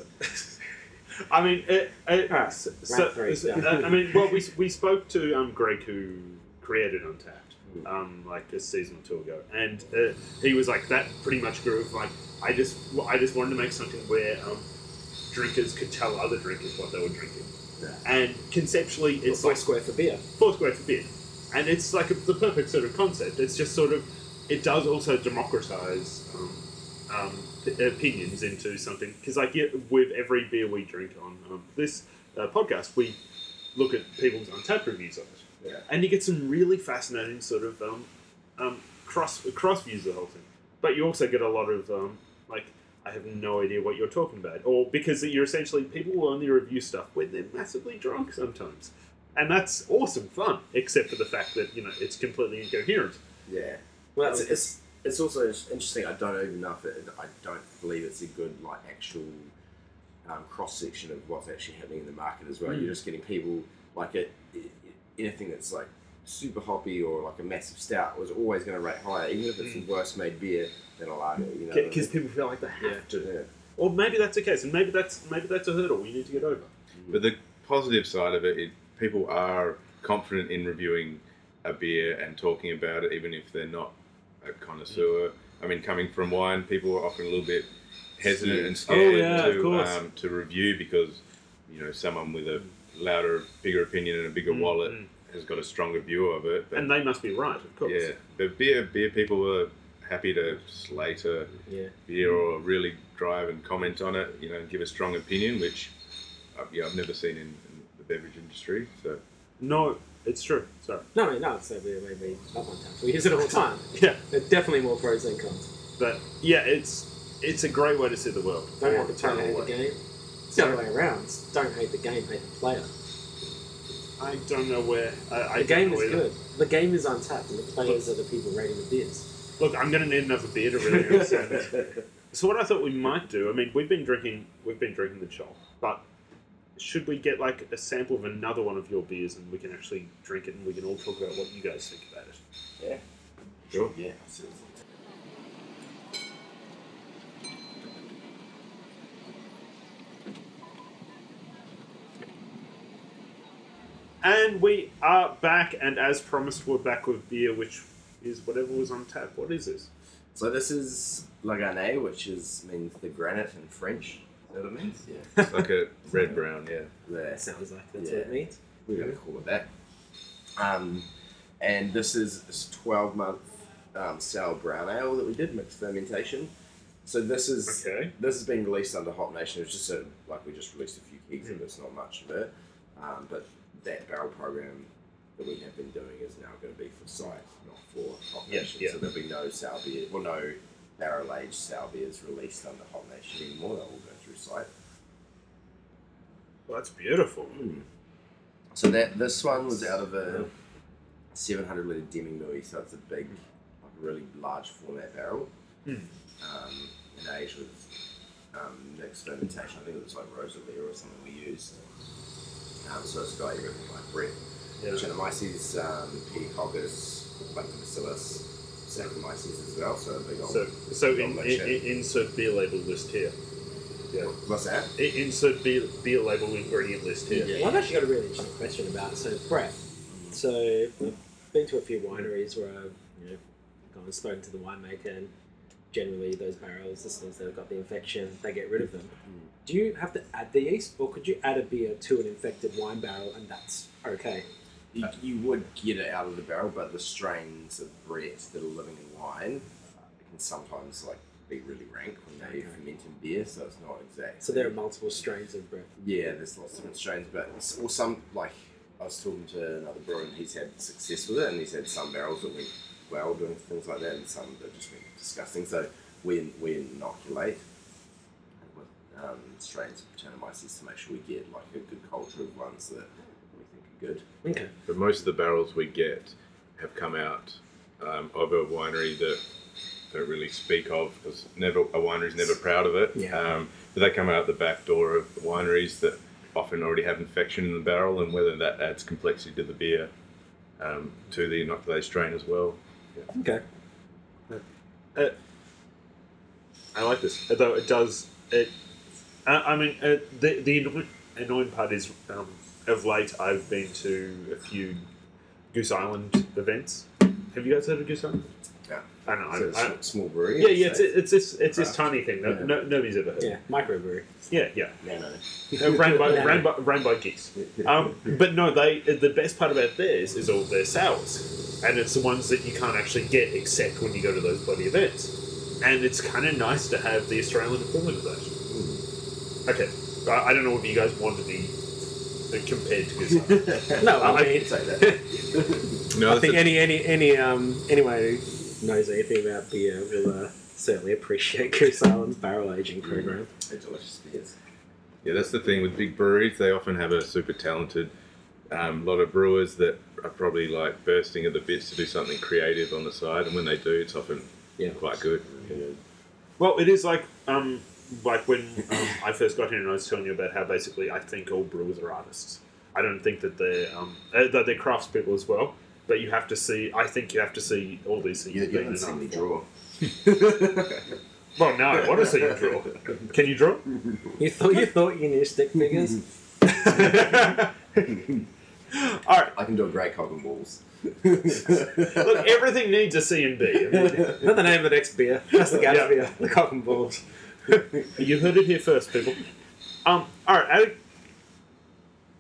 S1: I mean, it, it,
S2: Alright,
S1: Ah, so,
S2: round three,
S1: so-
S2: yeah.
S1: uh, I mean, well, we, we spoke to um, Greg who created Untapped um, like a season or two ago, and uh, he was like, that pretty much grew with like I just I just wanted to make something where um, drinkers could tell other drinkers what they were drinking,
S2: Yeah.
S1: and conceptually, it's
S2: four
S1: like
S2: square for beer.
S1: Foursquare for beer. And it's like a, the perfect sort of concept. It's just sort of, it does also democratize um, um, p- opinions into something. Because, like, yeah, with every beer we drink on um, this uh, podcast, we look at people's untapped reviews of it.
S4: Yeah.
S1: And you get some really fascinating sort of um, um, cross cross views of the whole thing. But you also get a lot of, um, like, I have no idea what you're talking about. Or because you're essentially, people will only review stuff when they're massively drunk sometimes and that's awesome fun, except for the fact that you know it's completely incoherent.
S4: yeah.
S2: Well,
S4: It's, it's, it's also interesting, I don't even know if it, I don't believe it's a good like actual um, cross section of what's actually happening in the market as well.
S1: Mm.
S4: You're just getting people like it, it- anything that's like super hoppy or like a massive stout was always going to rate higher, even if it's the worst made beer than a lager. You know,
S1: because people feel like they have
S2: Yeah.
S1: to.
S4: Yeah.
S1: Or maybe that's the case, and maybe that's maybe that's a hurdle we need to get over.
S3: But the positive side of it, it, people are confident in reviewing a beer and talking about it, even if they're not a connoisseur. I mean, coming from wine, people are often a little bit hesitant and
S1: Oh,
S3: scared
S1: yeah, of
S3: to,
S1: course.
S3: um, to review because, you know, someone with a louder, bigger opinion and a bigger
S1: Mm,
S3: wallet
S1: mm.
S3: has got a stronger view of it. But,
S1: And they must be right, of course.
S3: yeah, but beer, beer people are happy to slate a
S2: yeah.
S3: beer or really drive and comment on it, you know, give a strong opinion, which uh, yeah, I've never seen in, in the beverage industry. So
S1: No, it's true. Sorry.
S2: No, no, no. So we maybe up on tap. We use it all the time.
S1: Yeah,
S2: There's definitely more pros than cons.
S1: but yeah, it's it's a great way to see the world.
S2: Don't
S1: Or
S2: have to
S1: turn
S2: hate the
S1: away.
S2: game. It's the other way around. It's Don't hate the game, hate the player.
S1: I don't know where. I, I
S2: The
S1: don't
S2: game
S1: know
S2: is
S1: either.
S2: good. The game is untapped, and the players are the people rating the beers.
S1: Look, I'm going to need another beer to really understand this. So what I thought we might do, I mean, we've been drinking, we've been drinking the chop, but should we get like a sample of another one of your beers and we can actually drink it and we can all talk about what you guys think about it?
S3: sure.
S4: yeah.
S1: And we are back, and as promised, we're back with beer, which is whatever was on tap. What is this?
S4: So this is Lagane, which is means the granite in French. Is that what it means? Yeah.
S3: It's like a red brown, yeah.
S2: That
S4: That's
S2: sounds like that's what it
S4: Yeah.
S2: means.
S4: We're going to call it that. Um, and this is a 12 month um, sour brown ale that we did, mixed fermentation. So this is
S1: Okay.
S4: this has been released under Hop Nation. It's just a, like we just released a few gigs and it's not much of it. Um, but that barrel program that we have been doing is now going to be for site, not for Hop
S1: Yeah,
S4: Nation.
S1: yeah.
S4: So there'll be no sour beer, well, no barrel aged sour beers released under Hop Nation anymore. They'll all go through site.
S5: Well, that's beautiful.
S4: Hmm. So that this one was out of a 700 liter Demingui, so it's a big, like a really large format barrel.
S5: Mm.
S4: Um, and aged with um, mixed fermentation. I think it was like Rosalia or something we used. Um, so it's got everything like bread.
S5: Yeah.
S4: Genomyces, um, pedicoccis, lactobacillus, Saccharomyces as well. So a big old.
S5: So, so
S4: big old
S5: in,
S4: mixture.
S5: in, in, insert beer label list here.
S4: what's that?
S5: I- Insert beer, beer label ingredient list here.
S2: Well, I've actually got a really interesting question about so Brett. So I've been to a few wineries where I've you know gone and spoken to the winemaker, and generally those barrels, the ones that have got the infection, they get rid of them. Do you have to add the yeast, or could you add a beer to an infected wine barrel and that's okay?
S4: You, you would get it out of the barrel, but the strains of breath that are living in wine uh, can sometimes like be really rank when they
S2: Okay.
S4: ferment in beer, so it's not exact.
S2: So there are multiple strains of Brett.
S4: yeah, there's lots of different strains, but s- or some like I was talking to another brewer and he's had success with it, and he's had some barrels that went well doing things like that, and some that just went disgusting. So we we inoculate with um, strains of Brettanomyces to make sure we get like a good culture of ones that we think are good.
S2: Okay.
S3: But most of the barrels we get have come out um, of a winery that don't really speak of because never a winery's never proud of it.
S2: Yeah.
S3: Um, but they come out the back door of the wineries that often already have infection in the barrel, and whether that adds complexity to the beer, um, to the inoculate strain as well.
S2: Okay.
S1: I like this, although it does. It, I, I mean, uh, the the annoying, annoying part is, um, of late I've been to a few Goose Island events. Have you guys heard of Goose Island?
S4: Yeah.
S1: I know.
S4: So it's
S1: I, I,
S4: a sm- small brewery.
S1: yeah,
S4: I'd
S1: yeah. It's
S4: say.
S1: it's this it's this
S4: Right.
S1: tiny thing. No,
S4: Uh, Yeah.
S1: no, nobody's ever heard.
S2: Yeah. Microbrewery.
S1: Yeah, yeah.
S4: No, no.
S1: Uh, ran by ran by, ran by geese.
S2: Uh,
S1: Um, but no, they the best part about theirs is all their sours, and it's the ones that you can't actually get except when you go to those bloody events. And it's kind of nice to have the Australian equivalent of that.
S4: Hmm.
S1: Okay, I, I don't know if you guys want to be uh, compared to this.
S2: No, I
S1: I-
S2: mean,
S4: Say that.
S3: No,
S2: I think any any any um anyone who knows anything about beer will uh, certainly appreciate Goose Island's barrel aging program.
S4: They're delicious beers.
S3: Yeah, that's the thing with big breweries. They often have a super talented um, lot of brewers that are probably like bursting at the bits to do something creative on the side, and when they do, it's often
S2: Yeah.
S3: quite good.
S1: well, it is like um, like when um, I first got here and I was telling you about how basically I think all brewers are artists. I don't think that they're um, uh, that they're craftspeople as well. But you have to see. I think you have to see all these things.
S4: You, you
S1: being
S4: haven't
S1: an
S4: seen
S1: art
S4: me
S1: form.
S4: draw.
S1: Well, no, I want to see you draw. Can you draw?
S2: You thought you thought you knew stick figures?
S1: All right.
S4: I can do a great cock and balls.
S1: Look, everything needs a C and B.
S2: Not the name of the next beer. That's the Gats
S1: Yeah.
S2: beer. The cock and balls.
S1: You heard it here first, people. Um. All right. Alec-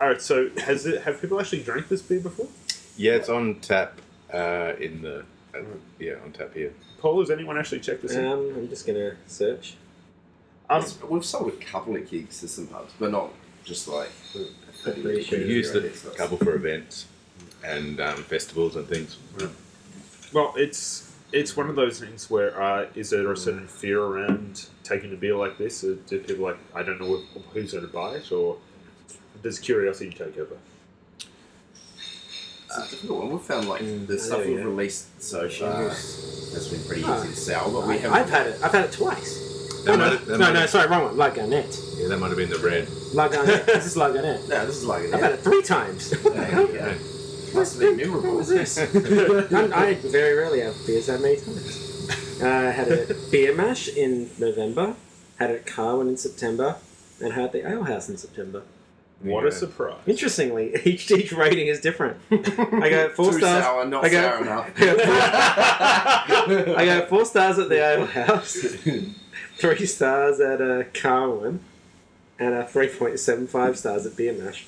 S1: all right. So, has it? Have people actually drank this beer before?
S3: Yeah, it's on tap uh, in the uh, yeah on tap here.
S1: Paul, has anyone actually checked this? out?
S2: Um, I'm just gonna search.
S1: Um,
S4: We've sold a couple of gigs to some pubs, but not just like.
S2: pretty sure
S3: We use the couple for events and um, festivals and things.
S1: well, it's it's one of those things where uh, is there a certain fear around taking a beer like this? Or do people like I don't know who's going to buy it, or does curiosity take over?
S4: It's a difficult one. We've found like the
S2: Yeah,
S4: stuff
S2: yeah.
S4: we've released so far has been pretty easy to sell, but we haven't.
S2: I've had it. I've had it twice.
S3: That
S2: no,
S3: might
S2: no,
S3: have-
S2: no,
S3: that might
S2: no,
S3: have-
S2: sorry, wrong one. La Garnett.
S3: Yeah, that might have been the red.
S2: La Garnett. this is La Garnett.
S4: No, this is like an
S2: I've had it three times. What the hell?
S4: Yeah. Must have been memorable.
S2: What was this? I'm- I very rarely have beers that many times. Uh, I had a beer mash in November, had it at Carwin in September, and had the Ale House in September.
S1: What a
S3: Yeah.
S1: surprise!
S2: Interestingly, each each rating is different. I go four
S4: Too
S2: stars.
S4: sour, not
S2: I go,
S4: sour
S2: I go four-
S4: enough.
S2: I got four stars at the Ale House, three stars at uh, Carwin, and uh, 3.75 stars at Beer Mash.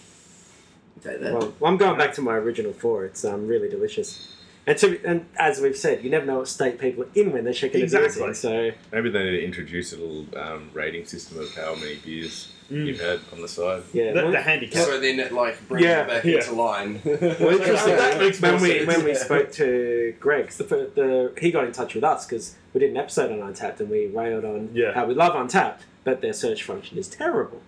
S4: Take that.
S2: Well, well, I'm going back to my original four. It's um, really delicious. And, to, and as we've said, you never know what state people are in when they're checking the beers
S1: Exactly.
S2: in, So
S3: Maybe they need to introduce a little um, rating system of how many beers you've had on the side.
S2: yeah,
S1: The,
S2: well,
S1: the handicap.
S4: so then it like brings
S2: Yeah,
S4: it back
S1: yeah.
S4: into line.
S2: well, interesting.
S1: that makes more
S2: when we
S1: sense.
S2: when we spoke to Greg, 'cause the, fir- the, he got in touch with us because we did an episode on Untapped and we railed on
S1: Yeah.
S2: how we love Untapped, but their search function is terrible.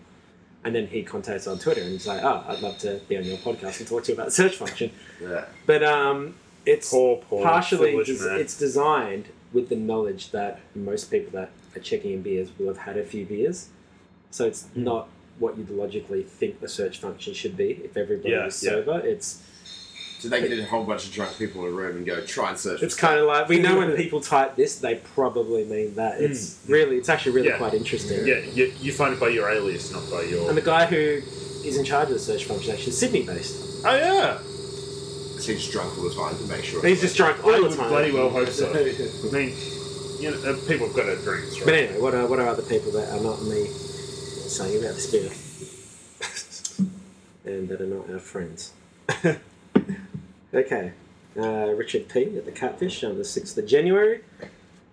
S2: And then he contacts on Twitter and he's like, "Oh, I'd love to be on your podcast and talk to you about the search function."
S4: Yeah.
S2: But um, it's
S1: Poor, poor
S2: partially
S1: privileged
S2: des-
S1: man.
S2: it's designed with the knowledge that most people that are checking in beers will have had a few beers, so it's not what you'd logically think the search function should be if everybody
S1: Yeah,
S2: was
S1: yeah.
S2: sober. It's
S4: So they get a whole bunch of drunk people in a room and go try and search.
S2: it's kind of like we know when people type this, they probably mean that. It's really it's actually really
S1: Yeah.
S2: quite interesting.
S1: Yeah, you, you find it by your alias, not by your.
S2: And the guy who is in charge of the search function actually is Sydney based.
S1: oh yeah,
S4: So he's drunk all the time to make sure.
S2: He's just drunk
S1: I
S2: all the
S1: would
S2: time.
S1: bloody well hope so. I mean, you know, uh, people have got their dreams,
S2: But
S1: right?
S2: anyway, what are what are other people that are not me saying about this beer? and that are not our friends. okay. Uh, Richard P at the Catfish on the 6th of January.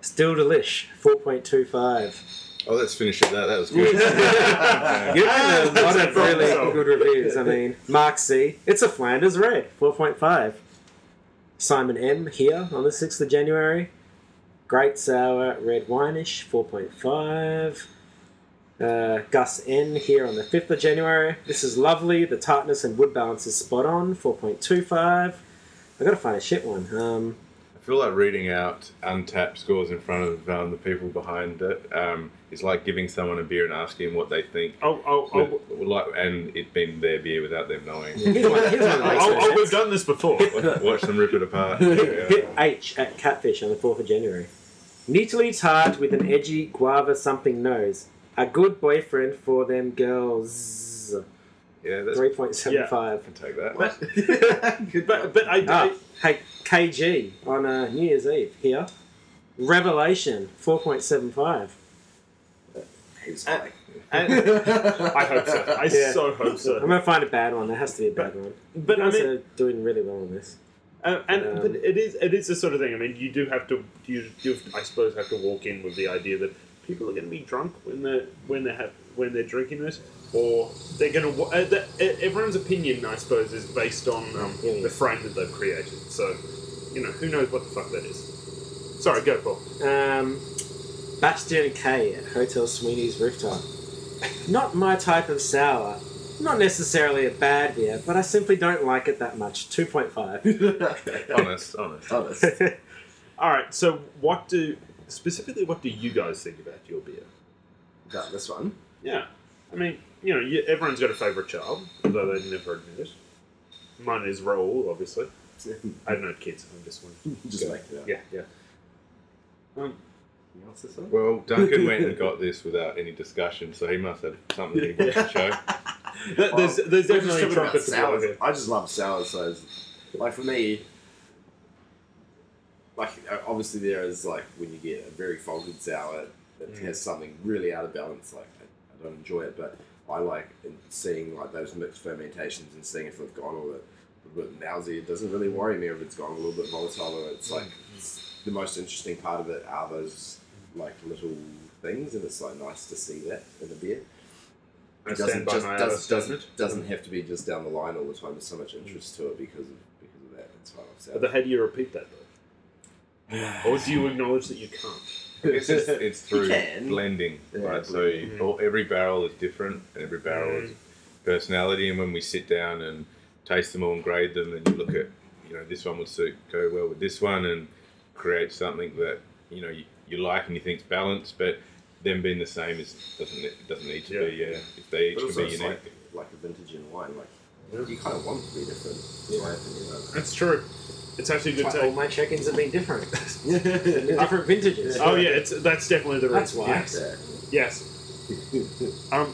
S2: Still delish, 4.25.
S3: Oh, let's finish it. That that was good.
S2: You've had a lot
S1: That's
S2: of
S1: a
S2: really
S1: problem.
S2: good reviews. I mean, Mark C, it's a Flanders Red, 4.5. Simon M here on the 6th of January. Great Sour Red Wineish, 4.5. Uh, Gus N here on the 5th of January. This is lovely. The tartness and wood balance is spot on, 4.25. i got to find a shit one. Um,
S3: I feel like reading out untapped scores in front of um, the people behind it um, is like giving someone a beer and asking what they think.
S1: I'll, I'll,
S3: With,
S1: I'll,
S3: like, and it being their beer without them knowing.
S2: here's one, here's one that makes
S1: I'll,
S2: no
S1: I'll,
S2: sense.
S1: oh, we've done this before.
S3: Watch, watch them rip it apart.
S2: Hit, hit
S3: Yeah.
S2: H at uh, Catfish on the 4th of January. Neatly tart with an edgy guava something nose. A good boyfriend for them girls.
S3: yeah, that's
S2: 3.75.
S3: can take that.
S4: What?
S1: But but I,
S2: Ah, hey, KG on uh, New Year's Eve here. Revelation, 4.75.
S4: He's
S1: uh,
S4: high.
S1: I, I hope so. I
S2: Yeah.
S1: so hope
S2: I'm
S1: so.
S2: going to find a bad one. There has to be a bad one.
S1: But I
S2: Guys
S1: mean,
S2: are doing really well on this.
S1: Uh, and
S2: Um,
S1: but it is it is the sort of thing. I mean, you do have to you, you have, I suppose have to walk in with the idea that people are going to be drunk when they are when they have when they're drinking this, or they're going to. Uh, that, uh, everyone's opinion, I suppose, is based on um,
S2: Yeah, yeah.
S1: the frame that they've created. So, you know, who knows what the fuck that is. Sorry, go Paul.
S2: Um, Bastian K at Hotel Sweeney's rooftop. Not my type of sour. Not necessarily a bad beer, but I simply don't like it that much. 2.5.
S3: honest, honest.
S4: Honest.
S1: All right. So, what do specifically what do you guys think about your beer?
S4: That, this one.
S1: Yeah, I mean, you know, you, everyone's got a favourite child, although they never admit it. Mine is Raoul, obviously. I have no kids. I'm just one.
S4: Just make it up.
S1: Yeah, yeah.
S4: Um, What's this one?
S3: Well, Duncan went and got this without any discussion, so he must have something he wants to show.
S1: There- There's, there's
S4: We're just
S1: definitely a
S4: talking um, about
S1: trumpet to blow
S4: sours.
S1: here.
S4: I just love sour sodas. Like for me, like uh, obviously there is like when you get a very folded sour that
S1: Mm.
S4: has something really out of balance. Like I, I don't enjoy it, but I like in- seeing like those mixed fermentations and seeing if they've gone all the a bit lousy. It doesn't really worry me if it's gone a little bit volatile. Or it's like
S1: Mm.
S4: the most interesting part of it are those like little things, and it's like nice to see that in a beer.
S1: I
S4: It
S1: stand
S4: doesn't
S1: by
S4: just
S1: my
S4: does,
S1: does,
S4: doesn't doesn't have to be just down the line all the time. There's so much interest to it because of because of that. That's why I've said.
S1: But then how do you repeat that, though? or do you acknowledge that you can't?
S3: I guess it's, it's through
S4: You can.
S3: blending,
S4: Yeah, Mm.
S3: right? So you- all, every barrel is different, and every barrel is personality. And when we sit down and taste them all and grade them, and you look at, you know, this one would suit go well with this one, and create something that you know you, you like and you think's balanced, but them being the same is doesn't it doesn't need to be. Yeah, if they each
S4: But
S3: can
S4: also
S3: be
S4: it's
S3: unique.
S4: like, like a vintage in wine, like you kind of want it to be different. in my opinion, like-
S1: That's true. It's actually a good
S2: All
S1: take.
S2: my check-ins have been different. different vintages.
S1: Oh yeah, it's that's definitely the reason.
S2: That's why.
S1: Yes.
S4: Yeah.
S1: yes. um,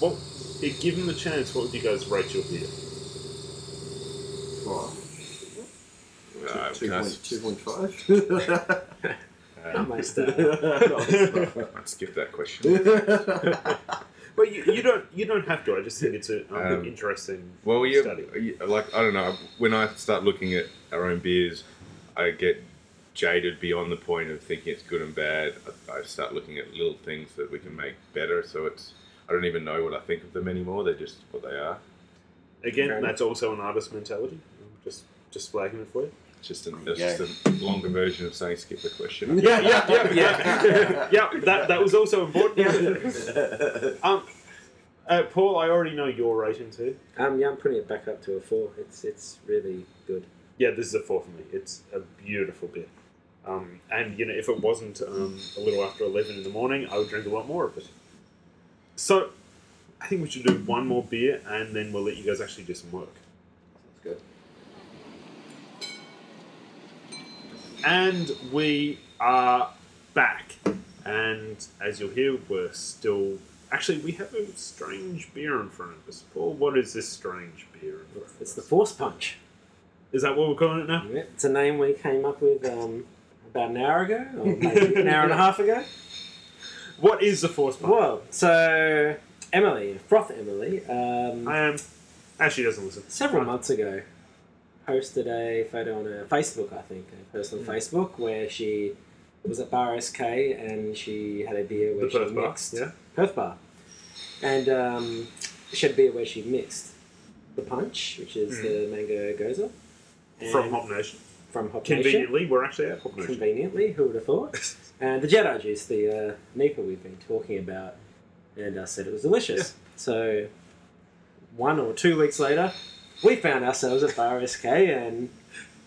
S1: what? if Given the chance, what would you guys rate your beer?
S4: Well,
S3: Uh,
S4: two
S3: can I
S4: point
S3: s-
S4: two point five.
S2: Not
S3: uh,
S2: my style.
S3: I'd skip that question.
S1: Well, you, you don't you don't have to. I just think it's an um,
S3: Um,
S1: interesting
S3: Well, yeah,
S1: study.
S3: yeah, like I don't know. When I start looking at our own beers, I get jaded beyond the point of thinking it's good and bad. I, I start looking at little things that we can make better. So it's I don't even know what I think of them anymore. They're just what they are.
S1: Again,
S2: Fair
S1: that's also an artist mentality. I'm Just just flagging it for you.
S3: It's just, an, it's just a longer version of saying skip the question.
S1: Yeah, yeah, yeah, yeah. yeah that, that was also important. um, Uh, Paul, I already know your rating too.
S2: Um, yeah, I'm putting it back up to a four. It's it's really good.
S1: Yeah, this is a four for me. It's a beautiful beer. Um, and you know, if it wasn't um, a little after eleven in the morning, I would drink a lot more of it. So, I think we should do one more beer, and then we'll let you guys actually do some work.
S4: That's good.
S1: And we are back. And as you'll hear, we're still. Actually, we have a strange beer in front of us. Paul, what is this strange beer? In front of
S2: It's
S1: us?
S2: the Force Punch.
S1: Is that what we're calling it now?
S2: It's a name we came up with um, about an hour ago, or maybe an hour and a half ago.
S1: What is the Force Punch?
S2: Well, so Emily, Froth Emily, um,
S1: I am. Actually, doesn't listen.
S2: several months ago posted a photo on her Facebook, I think, her personal
S1: Hmm.
S2: Facebook, where she was at Bar SK and she had a beer where
S1: The
S2: she
S1: Perth Bar,
S2: mixed
S1: yeah.
S2: Perth Bar, and um, she had a beer where she mixed the punch, which is the mango goza,
S1: Hmm. From
S2: and-
S1: Hop Nation.
S2: from Hop Nation.
S1: Conveniently, we're actually at Hop Nation.
S2: Conveniently, who would have thought? And the Jedi juice, the uh, Nipa we've been talking about, and I said it was delicious. So, one or two weeks later, we found ourselves at Bar SK and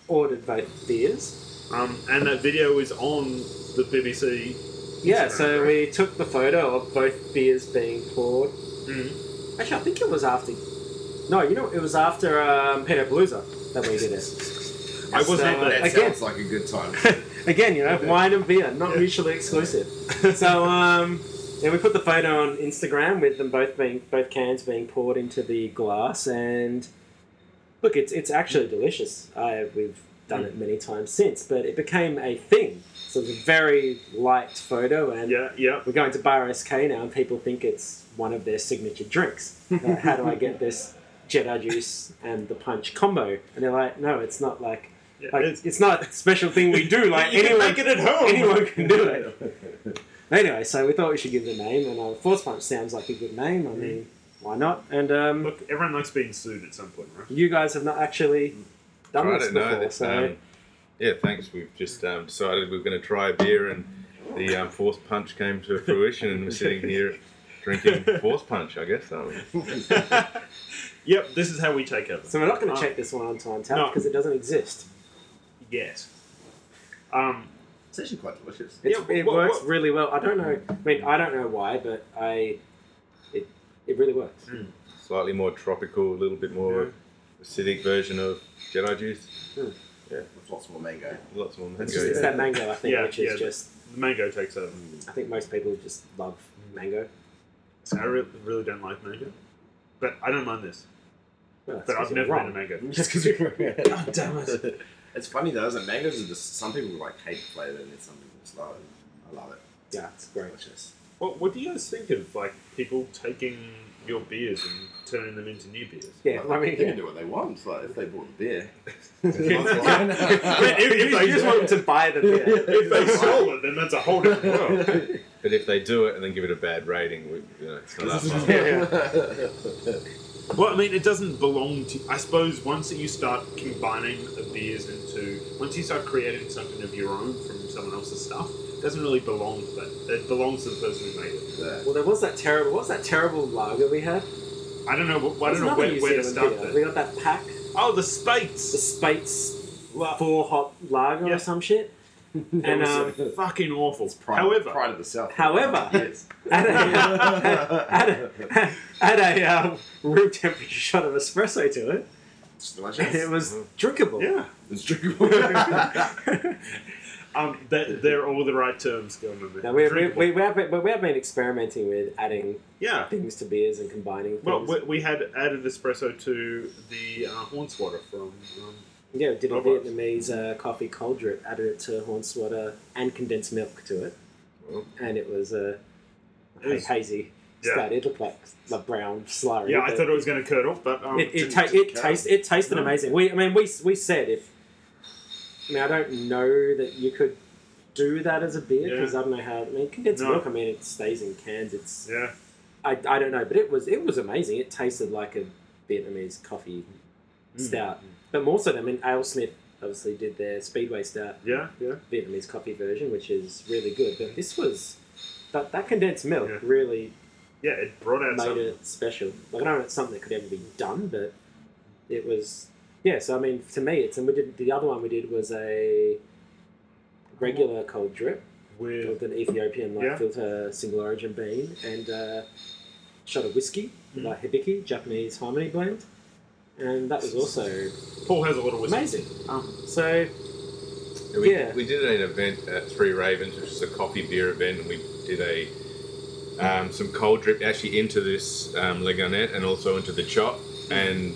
S2: ordered both beers.
S1: Um, and that video is on the BBC.
S2: Yeah, so we took the photo of both beers being poured.
S1: Mm.
S2: Actually, I think it was after. No, you know, it was after um, Peter Bluza that we did it.
S1: I wasn't
S2: So,
S1: at that.
S2: uh, again.
S4: That sounds like a good time.
S2: Again, you know, wine and beer, not mutually exclusive. so um, yeah, we put the photo on Instagram with them both being both cans being poured into the glass, and look, it's it's actually delicious. I we've done it many times since, but it became a thing. So it's a very light photo, and
S1: yeah, yeah.
S2: we're going to Bar SK now, and people think it's one of their signature drinks. Like, how do I get this Jedi juice and the punch combo? And they're like, no, it's not like.
S1: yeah
S2: Like,
S1: it's-
S2: it's, not a special thing we do. Like
S1: you can
S2: anyone
S1: make it at home.
S2: anyone can do it. anyway, so we thought we should give it a name, and uh, Force Punch sounds like a good name. I mean, why not? And um,
S1: Look, everyone likes being sued at some point, right?
S2: you guys have not actually done
S3: I
S2: this
S3: don't know.
S2: before,
S3: That's,
S2: so
S3: um, yeah, thanks. We've just um, decided we're going to try a beer, and the um, force punch came to fruition, and we're sitting here drinking force punch. I guess, aren't we?
S1: Yep, this is how we take over.
S2: so we're not going
S1: Um,
S2: to check this one on time
S1: no.
S2: tap because it doesn't exist.
S1: Yes. Um,
S4: It's actually quite delicious.
S2: It's,
S1: Yeah,
S2: it
S1: what-
S2: works
S1: what-
S2: really well. I don't know. I mean, I don't know why, but I it it really works.
S1: Mm.
S3: Slightly more tropical, a little bit more acidic version of Jedi juice.
S4: With lots more mango.
S3: Lots more mango.
S2: It's, just, it's
S3: yeah.
S2: that mango, I think,
S1: Yeah,
S2: which is
S1: yeah.
S2: just.
S1: the mango takes over.
S2: I think most people just love mango.
S1: I re- really don't like mango, but I don't mind this.
S2: Well, that's
S1: But I've
S2: 'cause you're
S1: never
S2: wrong.
S1: been a mango.
S4: Just because we
S2: Oh, damn it.
S4: It's funny though, isn't it? Mangoes are just some people like hate the flavour and then some people just love it. I love it.
S2: Yeah, it's great.
S4: Delicious.
S1: What What do you guys think of like people taking your beers and turning them into new beers?
S2: Yeah, I
S4: Like,
S2: mean,
S4: they
S2: yeah.
S4: can do what they want. Like if they bought the beer,
S1: If- if
S2: you
S1: they
S2: just
S1: do
S2: want them to buy the beer.
S1: If they stole it, then that's a whole different world.
S3: But if they do it and then give it a bad rating, we, you know, it's not that fun.
S2: Yeah.
S1: Well, I mean, it doesn't belong to. I suppose once that you start combining the beers into, once you start creating something of your own from someone else's stuff, it doesn't really belong to that. It belongs to the person who made it.
S4: Yeah.
S2: Well, there was that terrible. What was that terrible lager we had?
S1: I don't know. What, I
S2: There's
S1: don't know
S2: another
S1: where,
S2: New
S1: where to
S2: Zealand
S1: start.
S2: beer.
S1: That.
S2: We got that pack,
S1: Oh, the
S2: the
S1: Spates.
S2: Spates
S1: La-
S2: four hop lager
S1: Yeah.
S2: or some shit. And um,
S1: fucking awful.
S4: It's pride,
S1: However,
S4: pride of the south.
S2: However-
S4: yes.
S2: at a at a, at a um, room temperature shot of espresso to it,
S4: it's
S2: and it
S4: delicious.
S2: was drinkable.
S1: yeah.
S4: It's drinkable.
S1: Um, they're, they're all the right terms going on there.
S2: Now we, we,
S1: Drinkable.
S2: we, we, have been, but we have been experimenting with adding
S1: yeah.
S2: things to beers and combining things.
S1: Well, we, we had added espresso to the uh, Hornswater from. Um,
S2: Yeah, did a
S1: Robots.
S2: Vietnamese uh, coffee cold drip, added it to hornswoggle and condensed milk to it,
S3: Oh.
S2: and it was uh,
S1: It was-
S2: ha- hazy.
S1: Yeah.
S2: Stout. It looked like a brown slurry.
S1: yeah, I
S2: but
S1: thought it was going to curdle, but um,
S2: it, it,
S1: didn't.
S2: ta- it,
S4: count.
S2: taste, it tasted
S1: No.
S2: amazing. We, I mean, we, we said if. I mean, I don't know that you could do that as a beer because I don't know how. I mean, condensed
S1: No.
S2: milk. I mean, it stays in cans. It's
S1: yeah.
S2: I, I don't know, but it was it was amazing. It tasted like a Vietnamese coffee
S1: Hmm.
S2: stout, but more so. I mean, AleSmith obviously did their Speedway stout
S1: Yeah, yeah.
S2: Vietnamese coffee version, which is really good. But this was that, that condensed milk
S1: Yeah.
S2: really
S1: Yeah, it brought out
S2: made
S1: something.
S2: it special. Like I don't know if it's something that could ever be done, but it was yeah. So I mean, to me, it's and we did the other one we did was a regular cold drip
S1: With
S2: with an Ethiopian like
S1: Yeah.
S2: filter single origin bean and a shot of whiskey
S1: Mm-hmm.
S2: like hibiki Japanese harmony blend, and that was also
S1: Paul has a lot of wisdom.
S2: amazing. Um, so
S3: we,
S2: Yeah.
S3: we did an event at Three Ravens, which is a coffee beer event, and we did a um, some cold drip actually into this um, Legonette and also into the chop, and